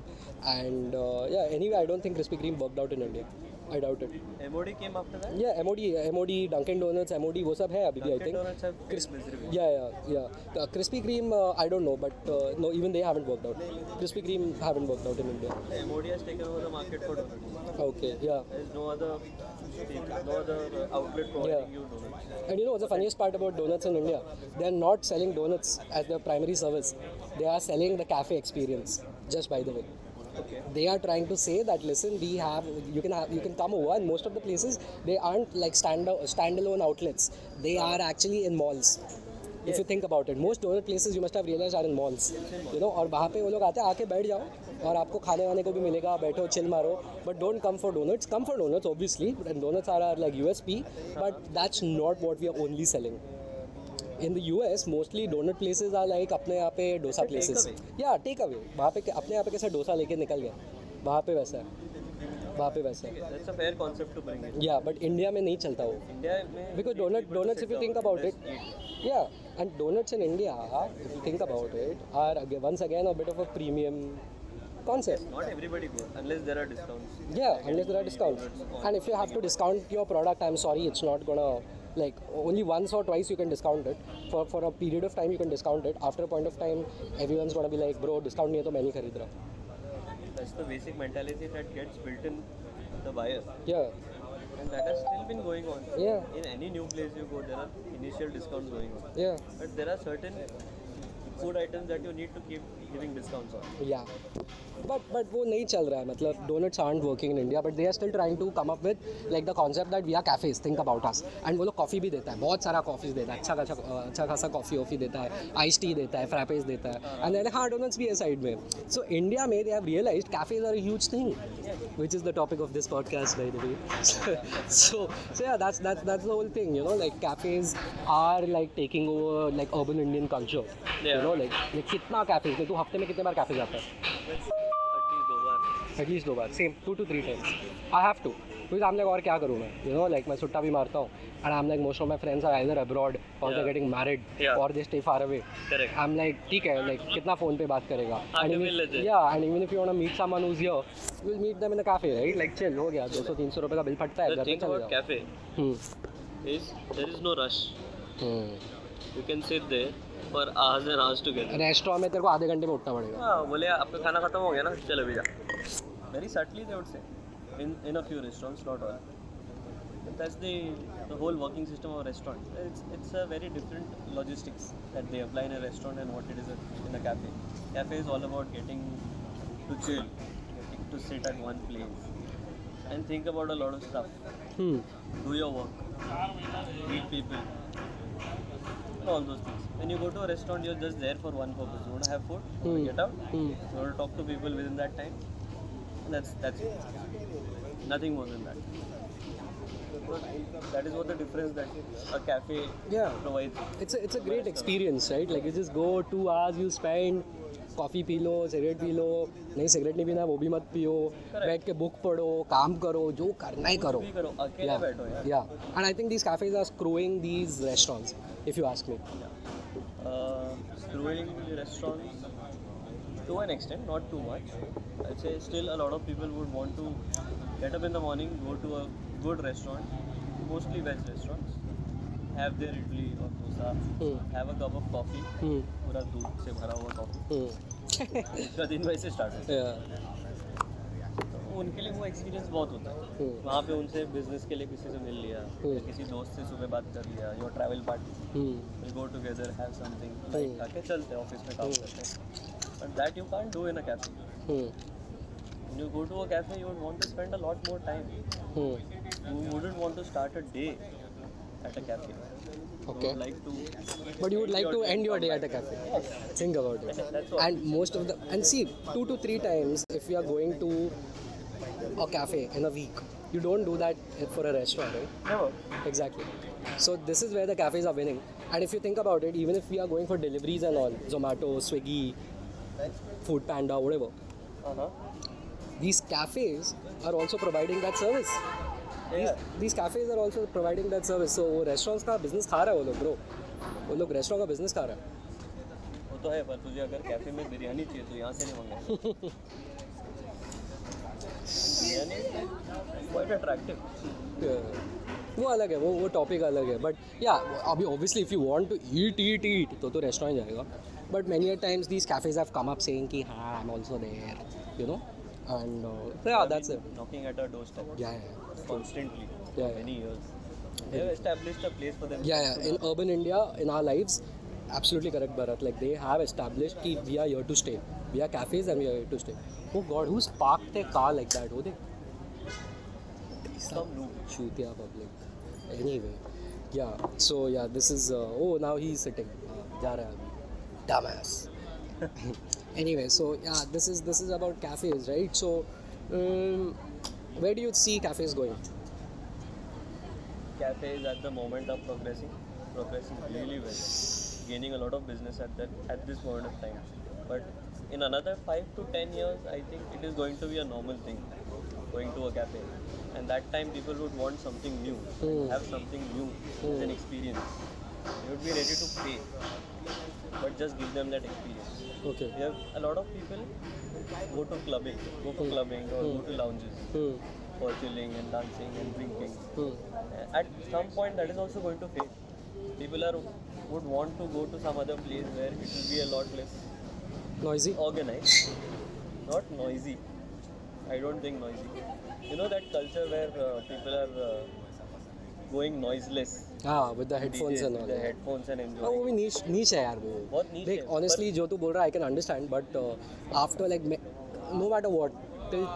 S2: And uh, yeah, anyway, I don't think Krispy Kreme worked out in India. I doubt it.
S3: MOD came after that.
S2: Yeah, MOD, MOD, Dunkin' Donuts, MOD, वो सब है अभी भी I
S3: Dunkin'
S2: think.
S3: Donuts have
S2: Krispy.
S3: miserable.
S2: Yeah, yeah, yeah. Uh, Krispy Kreme, uh, I don't know, but uh, no, even they haven't worked out. Krispy Kreme haven't worked out in India.
S3: The MOD has taken over the market for donuts.
S2: Okay, yeah.
S3: There is no other, no other uh, outlet providing
S2: Yeah.
S3: you donuts.
S2: And you know what's the funniest part about donuts in India? They are not selling donuts as their primary service. They are selling the cafe experience. Just by the way.
S3: Okay.
S2: they are trying to say that listen we have you can have you can come over and most of the places they aren't like stand standalone outlets they are actually in malls if you think about it most donut places you must have realized are in malls you know और वहाँ पे वो लोग आते हैं आके बैठ जाओ और आपको खाने वाने को भी मिलेगा बैठो चिल मारो but don't come for donuts come for donuts obviously and donuts are are like U S P but that's not what we are only selling in the U S mostly donut places are like अपने यहाँ पे dosa places या take away वहाँ पे अपने यहाँ पे कैसा डोसा लेके निकल गया वहाँ पे वैसा है वहाँ पे वैसा है
S3: That's a fair concept to bring in.
S2: Yeah but India में नहीं चलता वो
S3: India may
S2: because donut donuts if you think about it yeah and donuts in India if you think about it are once again a bit of a premium concept
S3: not everybody goes unless there are discounts.
S2: Yeah, unless there are discounts. And if you have to discount your product, I'm sorry, it's not gonna like only once or twice you can discount it. For for a period of time you can discount it. After a point of time, everyone's gonna be like, bro, discount नहीं है तो मैं नहीं खरीद रहा.
S3: That's the basic mentality that gets built in the buyer.
S2: Yeah,
S3: And that has still been going on.
S2: Yeah.
S3: In any new place you go, there are initial discounts going on.
S2: yeah,
S3: But there are certain food items that you need to keep giving discounts on.
S2: Yeah but but वो नहीं चल रहा है मतलब donuts aren't working in India but they are still trying to come up with like the concept that we are cafes think about us and वो लोग coffee भी देता है बहुत सारा कॉफ़ीज देता है अच्छा खासा अच्छा खासा कॉफ़ी वॉफ़ी देता है आइस टी देता है फ्रैपेज देता है एंड देन हाँ डोनट्स भी है साइड में सो इंडिया में they have realize cafes are huge thing which is the topic of this podcast by the way *laughs* so so yeah that's that's that's the whole thing you know like cafes are like taking over like urban indian culture you
S3: Yeah.
S2: know like like तो kitna cafes like tu hafte mein kitne baar cafe jata hai
S3: At least दो बार
S2: at least दो बार same two to three times i have to तो because i'm like और क्या करूँ मैं you know like मैं सुट्टा भी मारता हूँ and i'm like most of my friends are either abroad or they're
S3: Yeah.
S2: getting married
S3: Yeah.
S2: or they stay far away
S3: Correct.
S2: I'm like ठीक है like कितना फोन पे बात करेगा
S3: हाँ,
S2: And
S3: you
S2: even-
S3: will legit.
S2: yeah and even if you want to meet someone who's here you'll meet them in a cafe right like chill हो गया 200 300 रुपए का बिल फटता है
S3: The
S2: घर पे
S3: thing
S2: चले
S3: about
S2: जाओ
S3: cafe
S2: hmm
S3: is there is no rush.
S2: Hmm
S3: You can sit there for hours and hours together.
S2: Restaurant में तेरे को आधे घंटे में उठना पड़ेगा
S3: हाँ बोले आपका खाना खत्म हो गया ना चलो भैया very subtly they would say in in a few restaurants not all That's the the whole working system of a restaurant. It's it's a very different logistics that they apply in a restaurant and what it is in a cafe. Cafe is all about getting to chill, getting to sit at one place, and think about a lot of stuff.
S2: Hmm
S3: do your work, meet people, and all those things. When you go to a restaurant, you're just there for one purpose. You want to have food, you want
S2: Hmm.
S3: to get out,
S2: Hmm.
S3: you want to talk to people within that time. And that's that's it. Nothing more than that. But that is what the difference that a cafe
S2: Yeah.
S3: provides.
S2: It's a, it's a great experience, right? Like you just go two hours, you spend coffee पी लो cigarette पी लो नहीं cigarette नहीं पीना वो भी मत पियो बैठ के बुक पढ़ो काम करो जो करना ही करो
S3: भी करो अकेले बैठो यार
S2: yeah and I think these cafes are screwing these restaurants if you ask me
S3: uh, screwing the restaurants to an extent, not too much. I'd say still a lot of people would want to get up in the morning, go to a good restaurant, mostly veg restaurants, have their idli or dosa,
S2: Hmm.
S3: have a cup of coffee, पूरा दूध से भरा हुआ coffee
S2: hmm,
S3: उसका दिन वैसे start होता है तो उनके लिए वो एक्सपीरियंस बहुत होता है वहाँ पे उनसे बिजनेस के लिए किसी से मिल लिया
S2: Hmm.
S3: या किसी दोस्त से सुबह बात कर लिया your travel partner we'll go together, have something, like,
S2: Hmm.
S3: खा के चलते हैं ऑफिस में काम
S2: Hmm.
S3: करते हैं but that you can do in a cafe When you go to a cafe, you would want to spend a lot more time.
S2: hmm.
S3: You wouldn't want to start a day at a cafe. You
S2: Okay.
S3: would like to.
S2: But you would like to
S3: day
S2: and your
S3: and
S2: day at
S3: come
S2: a
S3: back.
S2: Cafe
S3: Yes.
S2: think about it
S3: That's all.
S2: and most of the and see two to three times if you are going to a cafe in a week you don't do that for a restaurant right
S3: Never.
S2: exactly so this is where the cafes are winning and if you think about it even if we are going for deliveries and all zomato swiggy food panda whatever
S3: Uh-huh.
S2: these cafes are also providing that service these,
S3: Yeah.
S2: these cafes are also providing that service so वो restaurants का business खा रहा है वो लोग bro वो लोग restaurant का business खा रहा है
S3: वो तो है पर तुझे अगर कैफे में बिरयानी चाहिए तो यहाँ से नहीं मंगाए बिरयानी क्वाइट अट्रैक्टिव
S2: वो अलग है वो वो टॉपिक अलग है बट या अभी obviously if you want to eat eat eat तो तो रेस्टोरेंट जाएगा but many times these cafes have come up saying कि हाँ I am also there you know and yeah that's it
S3: knocking at our doorstep
S2: yeah
S3: constantly
S2: Yeah,
S3: for
S2: yeah.
S3: many years. They have established a place for them.
S2: Yeah yeah in urban India in our lives absolutely correct Bharat like they have established कि we are here to stay we are cafes and we are here to stay oh God who park the car like that हो they
S3: Some noob.
S2: Shootia public. Anyway, yeah. So yeah, this is. Uh, oh, now he's sitting. Uh, जा रहा है अभी. Dumbass. *laughs* anyway, so yeah, this is this is about cafes, right? So, um, where do you see cafes going?
S3: Cafes at the moment are progressing, progressing really well, gaining a lot of business at that at this moment of time. But in another five to ten years, I think it is going to be a normal thing, going to a cafe, and that time people would want something new,
S2: Hmm.
S3: have something new as an experience. They would be ready to pay, but just give them that experience.
S2: Okay.
S3: We have a lot of people go to clubbing, go for clubbing or go to lounges
S2: Hmm.
S3: for chilling and dancing and drinking.
S2: Hmm.
S3: At some point, that is also going to fade. People are would want to go to some other place where it will be a lot less
S2: Noisy.
S3: organized, not noisy. I don't think noisy. You know that culture where uh, people are uh, going noiseless
S2: हाँ with the headphones
S3: DJ,
S2: and all
S3: the headphones and
S2: हाँ वो
S3: enjoying
S2: भी नीच नीच है यार वो
S3: बहुत niche
S2: देख
S3: है,
S2: ऑनेस्टली जो तू बोल रहा है I can understand but after like no matter what till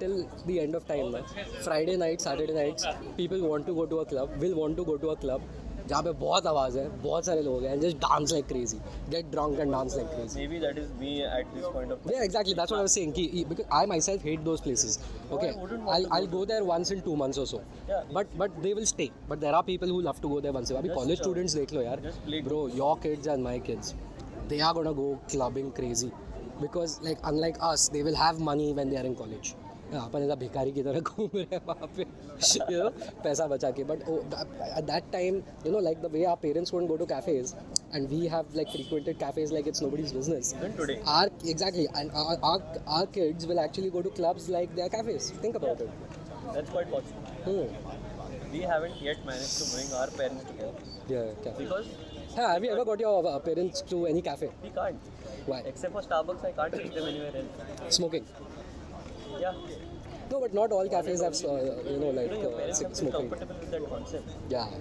S2: till the end of time Friday night Saturday nights people want to go to a club will want to go to a club जहाँ पे बहुत आवाज़ है बहुत सारे लोग हैं just dance like crazy get drunk and dance like crazy
S3: maybe that is me at this point of time
S2: Yeah, exactly. That's what I was saying. Ki, because I myself hate those places. Okay,
S3: Oh, wouldn't want
S2: I'll, I'll go there once in two months or so.
S3: Yeah.
S2: But but they will stay. But there are people who love to go there once. in a while. Abhi
S3: Just,
S2: college
S3: uh,
S2: students, dekh lo yaar.
S3: just play
S2: Bro, your kids and my kids, they are gonna go clubbing crazy, because like unlike us, they will have money when they are in college. हाँ, अपन ऐसा भिखारी की तरह घूम रहे हैं वहाँ पे you know, पैसा बचा के but at that time you know like the way our parents won't go to cafes and we have like frequented cafes like it's nobody's business
S3: even today
S2: our exactly and our, our, our kids will actually go to clubs like their cafes think about it
S3: that's quite possible
S2: hmm.
S3: we haven't yet managed to bring our parents together
S2: yeah cafe
S3: because
S2: Huh, have you ever got your uh, parents to any cafe
S3: we can't
S2: why
S3: except for starbucks i can't take them anywhere else
S2: smoking
S3: yeah
S2: no but not all cafes have uh, you know
S3: you
S2: like
S3: know your
S2: uh,
S3: parents have
S2: sig-
S3: to be
S2: smoking
S3: comfortable with that concept
S2: yeah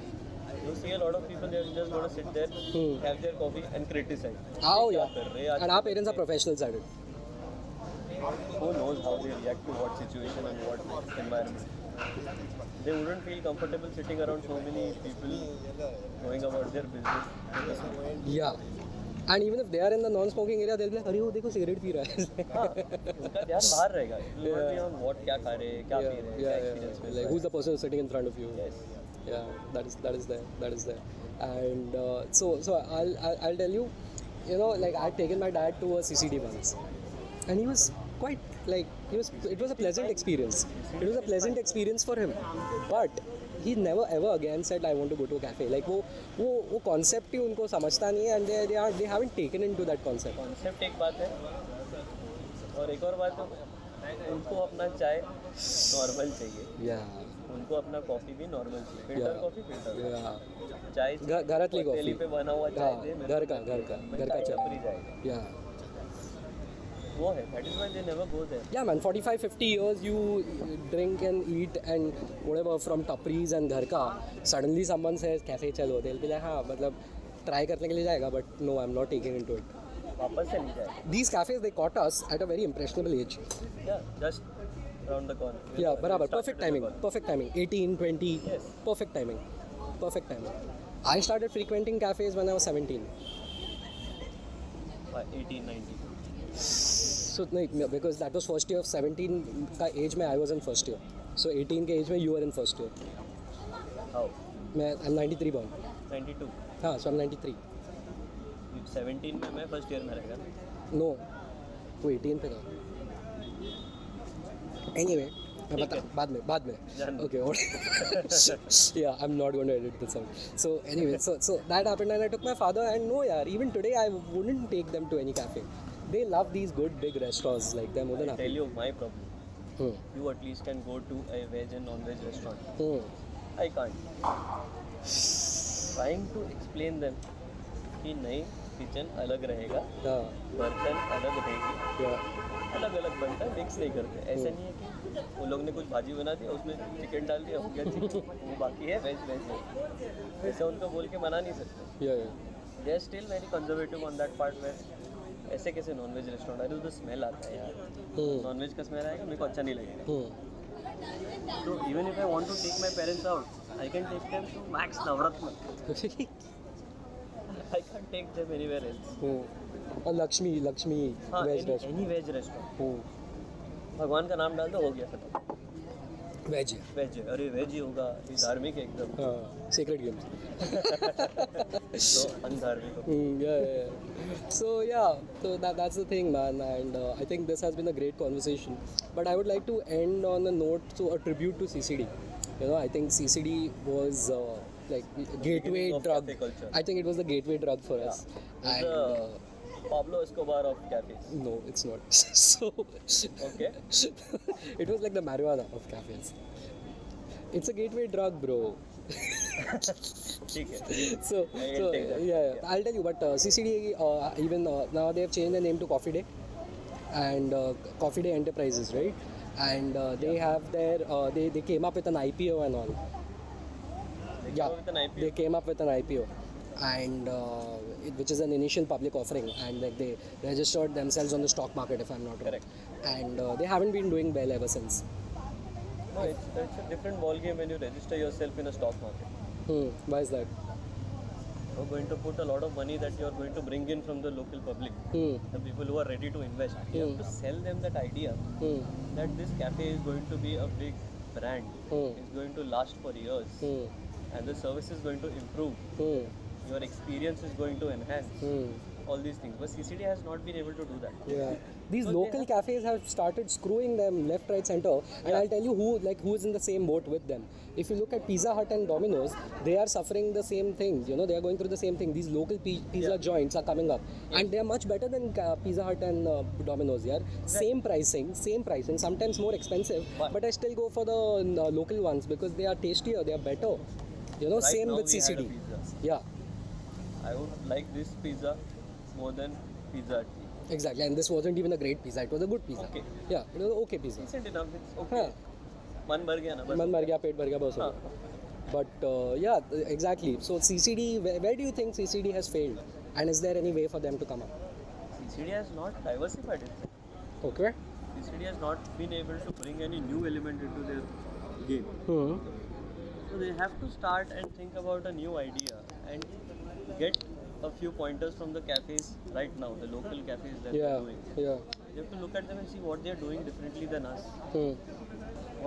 S3: you see a lot of people they're just going to sit there
S2: Hmm.
S3: have their coffee and criticize
S2: oh
S3: क्या
S2: yeah
S3: कर रहे हैं
S2: and our
S3: आजकल
S2: parents are
S3: बच्चे?
S2: professionals at it
S3: Who knows how they react to what situation and what environment? They wouldn't feel comfortable sitting around so many people going about their business.
S2: yeah and even if they are in the non-smoking area they'll be like अरे वो देखो cigarette P रहा है *laughs*
S3: हाँ, उनका ध्यान बाहर रहेगा. It will not be on what क्या खा रहे हैं, क्या
S2: yeah,
S3: पी रहे हैं, क्या
S2: yeah,
S3: experience
S2: yeah.
S3: में.
S2: like who's the person sitting in front of you
S3: Yes.
S2: yeah that is that is there that is there and uh, so so I'll, I'll i'll tell you you know like i've taken my dad to a ccd once and he was quite like he was it was a pleasant experience it was a pleasant experience for him but he never ever again said i want to go to a cafe like wo wo wo concept hi unko samajhta nahi hai and they they, are, they haven't taken into that concept
S3: Concept एक बात है और एक और बात है उनको अपना चाय नॉर्मल चाहिए
S2: yeah
S3: उनको अपना कॉफी भी नॉर्मल चाहिए filter
S2: Yeah.
S3: Coffee filter
S2: yeah
S3: चाय
S2: घर- घरातली coffee.
S3: तेली पे बना हुआ चाय
S2: हाँ,
S3: दे मेरे
S2: घर
S3: को,
S2: का-
S3: मैं
S2: घर का-
S3: मैं
S2: घर का
S3: चाय
S2: चाय।
S3: टपरी जाएगा
S2: yeah
S3: वो है that is why they never go there
S2: Yeah, man, 45 50 years you drink and eat and whatever from tapris and dharka. Suddenly someone says, cafe chalo. They'll be like, हाँ मतलब try करने के लिए जाएगा but no, I'm not taking into it.
S3: वापस चली जाएगा
S2: These cafes, they caught us at a very impressionable age.
S3: Yeah, just around the corner.
S2: Yeah,
S3: They
S2: बराबर
S3: started
S2: perfect
S3: at the
S2: timing,
S3: corner.
S2: perfect timing. 18, 20,
S3: Yes.
S2: perfect timing, perfect timing. I started frequenting cafes when I was 17.
S3: Uh, 18, 19.
S2: So नहीं because that was first year of 17 का as में I was in first year. So 18 के as में you were in first year.
S3: How?
S2: मैं I'm 93 born.
S3: 92.
S2: हाँ so I'm 93.
S3: You- 17 में मैं first year में रहेगा
S2: नो वो एटीन पे था एनीवे मैं बता बाद में बाद में
S3: जान-
S2: okay *laughs* yeah I am not going to edit this out so anyway so so that happened and I took my father and no यार even today I wouldn't take them to any cafe they love these good big restaurants like them more than
S3: Tell you my problem.
S2: Happy
S3: You at least can go to a veg and non-veg restaurant.
S2: hmm,
S3: I can't. Trying to explain them कि नहीं kitchen अलग रहेगा
S2: हां
S3: बर्तन अलग रहेगी
S2: या
S3: अलग अलग बनता है मिक्स नहीं करते ऐसा नहीं है कि वो लोग ने कुछ भाजी बना दिया उसमें चिकन डाल दिया हो गया चिकन वो बाकी है वेज वेज है ऐसा उनको बोल के मना नहीं सकते
S2: yeah
S3: they are still very conservative on that part में ऐसे कैसे नॉनवेज रेस्टोरेंट अरे उधर स्मेल आता है यार
S2: Hmm,
S3: नॉनवेज का स्मेल आएगा मेरे को अच्छा नहीं लगेगा
S2: *laughs*
S3: तो even if I want to take my parents out I can take them to max Navratna I can take them anywhere else
S2: Hmm. और लक्ष्मी लक्ष्मी
S3: हाँ
S2: veg Hmm, restaurant
S3: any veg restaurant भगवान का नाम डाल दो हो गया खत्म
S2: वेज है
S3: वेज है अरे वेज ही होगा ये धार्मिक है एकदम
S2: सीक्रेट गेम्स
S3: तो अनधार्मिक होगा
S2: Mm, yeah, yeah, yeah. So yeah, so that, that's the thing, man. And uh, I think this has been a great conversation. But I would like to end on a note to a tribute to CCD. You know, I think CCD was uh, like a gateway
S3: beginning of
S2: drug.
S3: cafe culture.
S2: I think it was the gateway drug for us. And uh,
S3: Pablo Escobar of cafes
S2: no, it's not. *laughs* so
S3: okay
S2: it was like the marijuana of cafes. It's a gateway drug, bro.
S3: ठीक है
S2: so,
S3: I'll
S2: so
S3: take
S2: yeah,
S3: that.
S2: yeah, I'll tell you. But uh, CCD uh, even uh, now they have changed the name to Coffee Day, and uh, Coffee Day Enterprises, right? And uh, they have their uh, they they came up with an IPO and all.
S3: They
S2: Yeah.
S3: came up with an IPO.
S2: they came up with an IPO, and uh, it, which is an initial public offering, and like they registered themselves on the stock market, if I'm not
S3: Correct.
S2: wrong. And uh, they haven't been doing well ever since.
S3: No, it's, it's a different ball game when you register yourself in a stock market.
S2: Hmm. Why is that?
S3: You're going to put a lot of money that you're going to bring in from the local public,
S2: Hmm.
S3: the people who are ready to invest. You have to sell them that idea
S2: Hmm.
S3: that this cafe is going to be a big brand.
S2: Hmm.
S3: It's going to last for years,
S2: Hmm.
S3: and the service is going to improve.
S2: Hmm.
S3: Your experience is going to enhance.
S2: Hmm.
S3: All these things, but CCD has not been able to do that.
S2: Yeah. These
S3: So they
S2: local cafes have started screwing them left, right, center, and I'll tell you who like who is in the same boat with them. If you look at Pizza Hut and Domino's, they are suffering the same thing. You know, they are going through the same thing. These local pi- pizza joints are coming up, and they are much better than uh, Pizza Hut and uh, Domino's. Yeah, same pricing, same pricing. Sometimes more expensive,
S3: But-
S2: but I still go for the uh, local ones because they are tastier, they are better. You know,
S3: Right
S2: same
S3: now
S2: with
S3: we had a
S2: CCD.
S3: pizza.
S2: Yeah,
S3: I would like this pizza more than pizza. Hut.
S2: exactly. And this wasn't even a great pizza; it was a good pizza.
S3: Okay.
S2: Yeah, it was a okay pizza.
S3: Decent enough. It's okay.
S2: हाँ.
S3: मन भर गया ना बस हाँ।
S2: मन भर गया पेट भर गया uh, बस हो गया but yeah exactly so CCD where do you think CCD has failed and is there any way for them to come up
S3: CCD has not diversified itself.
S2: Okay
S3: CCD has not been able to bring any new element into their game. So they have to start and think about a new idea and get a few pointers from the cafes right now, the local cafes that
S2: या
S3: they're doing.
S2: Yeah
S3: You have to look at them and see what they're doing differently than us.
S2: Hmm,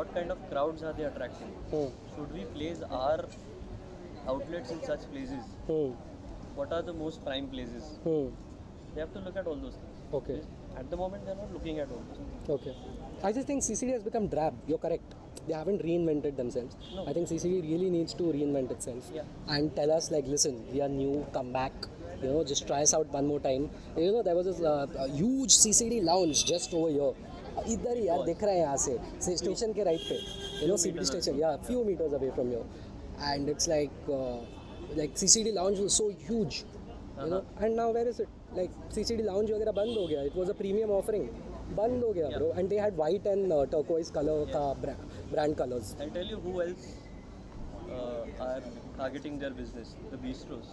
S3: What kind of crowds are they attracting? Should we place our outlets in such places?
S2: hmm,
S3: What are the most prime places? They have to look at all those things.
S2: Okay
S3: At the moment, they're not looking at all those things.
S2: Okay. I just think CCD has become drab. You're correct. They haven't reinvented themselves.
S3: No.
S2: I think CCD really needs to reinvent itself
S3: Yeah.
S2: and tell us like, listen, we are new. Come back. You know, just try us out one more time. You know, there was this uh, a huge CCD lounge just over here. इधर ही यार दिख रहा है यहाँ से से station के राइट पे you know CBD station yeah few metres away from your and it's like like CCD lounge was so huge you know and now where is it like CCD lounge वगैरह बंद हो गया it was a premium offering बंद हो गया bro and they had white and turquoise colour uh, का brand colours
S3: I'll tell you who else uh, are targeting their business the bistros.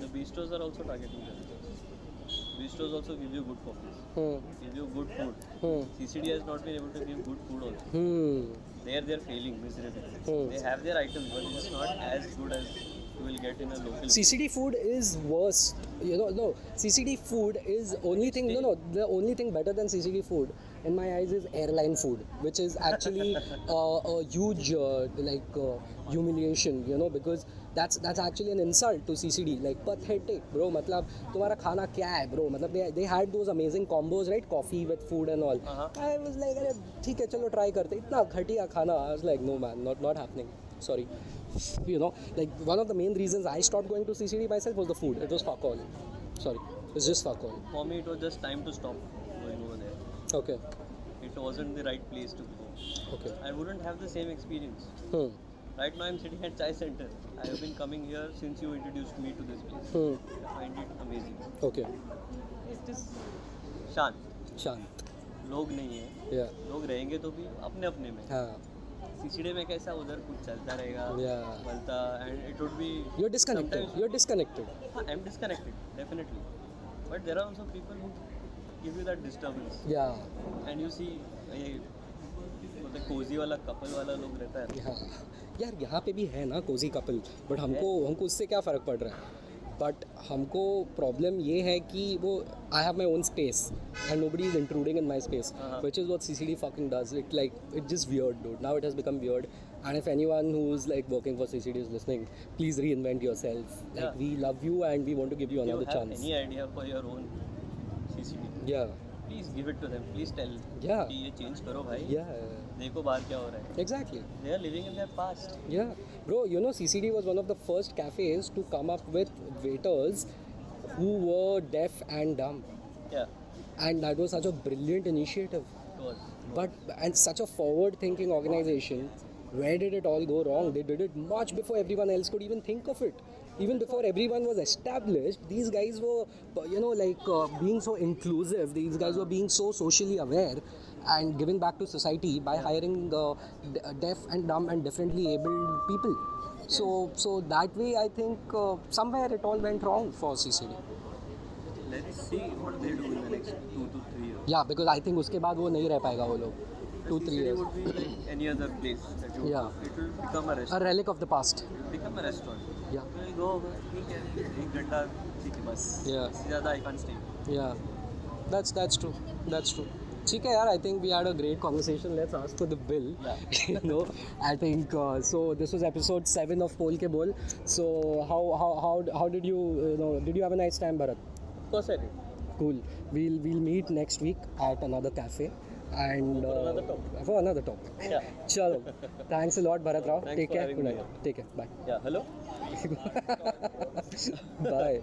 S3: The bistros are also targeting their business. Bistros also give you good coffees, give you good food. CCD has not been able to give good food also.
S2: Hmm.
S3: There they're failing miserably. They have their items, but it's not as good as you will get in a local.
S2: CCD food is worse. You know, no. CCD food is only thing. No, no. The only thing better than CCD food, in my eyes, is airline food, which is actually *laughs* uh, a huge uh, like uh, humiliation. You know, because that's that's actually an insult to CCD. Like pathetic, bro. मतलब तुम्हारा खाना क्या है, bro? मतलब they, they had those amazing combos, right? Coffee with food and all. I was like, अरे ठीक है चलो try करते हैं." इतना घटिया खाना. I was like, no man, not not happening. Sorry. you know, like one of the main reasons I stopped going to CCD myself was the food. It was fuck all. Sorry, it's just fuck all.
S3: For me, it was just time to stop going over there.
S2: Okay,
S3: It wasn't the right place to go.
S2: okay.
S3: I wouldn't have the same experience.
S2: Hmm.
S3: Right now I'm sitting at Chai Center. I have been coming here since you introduced me to this place.
S2: Hmm.
S3: I find it amazing.
S2: Okay.
S3: It is शांत
S2: Shant.
S3: लोग नहीं है
S2: Yeah.
S3: लोग रहेंगे तो भी अपने अपने में
S2: हाँ.
S3: सीसीडे में कैसा उधर कुछ चलता रहेगा
S2: Yeah.
S3: बोलता and it would be
S2: You're disconnected. You're disconnected.
S3: I am disconnected definitely but there are also people who give you that disturbance
S2: Yeah.
S3: And you see ये मतलब कोजी वाला कपल वाला लोग रहता है
S2: हाँ यार यहाँ पे भी है ना कोजी कपल बट हमको हमको उससे क्या फ़र्क पड़ रहा है बट हमको प्रॉब्लम ये है कि वो I have my own space and nobody is including in my space
S3: हाँ।
S2: Which is what C C D fucking does it like it just weird dude now it has become weird and if anyone who is like working for C C D is listening please reinvent yourself like
S3: Yeah.
S2: We love you and we want to give you
S3: you
S2: another
S3: have
S2: chance
S3: any idea for your own CCD
S2: yeah
S3: please give it to them please tell
S2: Yeah.
S3: कि ये change करो भाई
S2: या
S3: देखो बाहर क्या हो रहा है
S2: exactly
S3: they are living in their past
S2: Yeah, bro, you know, CCD was one of the first cafes to come up with waiters who were deaf and dumb.
S3: Yeah
S2: And that was such a brilliant initiative.
S3: Toss
S2: But, and such a forward thinking organization. Where did it all go wrong? They did it much before everyone else could even think of it. even before everyone was established, these guys were, you know, like uh, being so inclusive, these guys were being so socially aware and giving back to society by hiring uh, d- uh, deaf and dumb and differently abled people. So, so that way, I think uh, somewhere it all went wrong for CCD.
S3: Let's see what they do in the next two to three years.
S2: Yeah, because I think उसके बाद वो नहीं रह पाएगा वो लोग. Two
S3: The
S2: three
S3: CCD
S2: years.
S3: would be like any other place. That you
S2: Yeah.
S3: It will become a
S2: A
S3: restaurant.
S2: relic of the past.
S3: It will become a restaurant.
S2: Yeah.
S3: You will go over, ठीक है, एक घंटा ठीक है बस
S2: Yeah.
S3: इससे ज़्यादा I can't stay.
S2: Yeah, that's that's true. That's true. ठीक है यार I think we had a great conversation let's ask for the bill *laughs* you know I think so this was episode 7 of Pol ke Bol so how how how how did you you know did you have a nice time Bharat
S4: Of course I did.
S2: Cool we'll we'll meet next week at another cafe and for another topic
S4: Yeah. *laughs*
S2: चलो thanks a lot Bharat Rao
S4: Thanks
S2: take
S4: for
S2: care
S4: having
S2: good
S4: me *laughs*
S2: night take care bye
S4: Yeah. Hello.
S2: Bye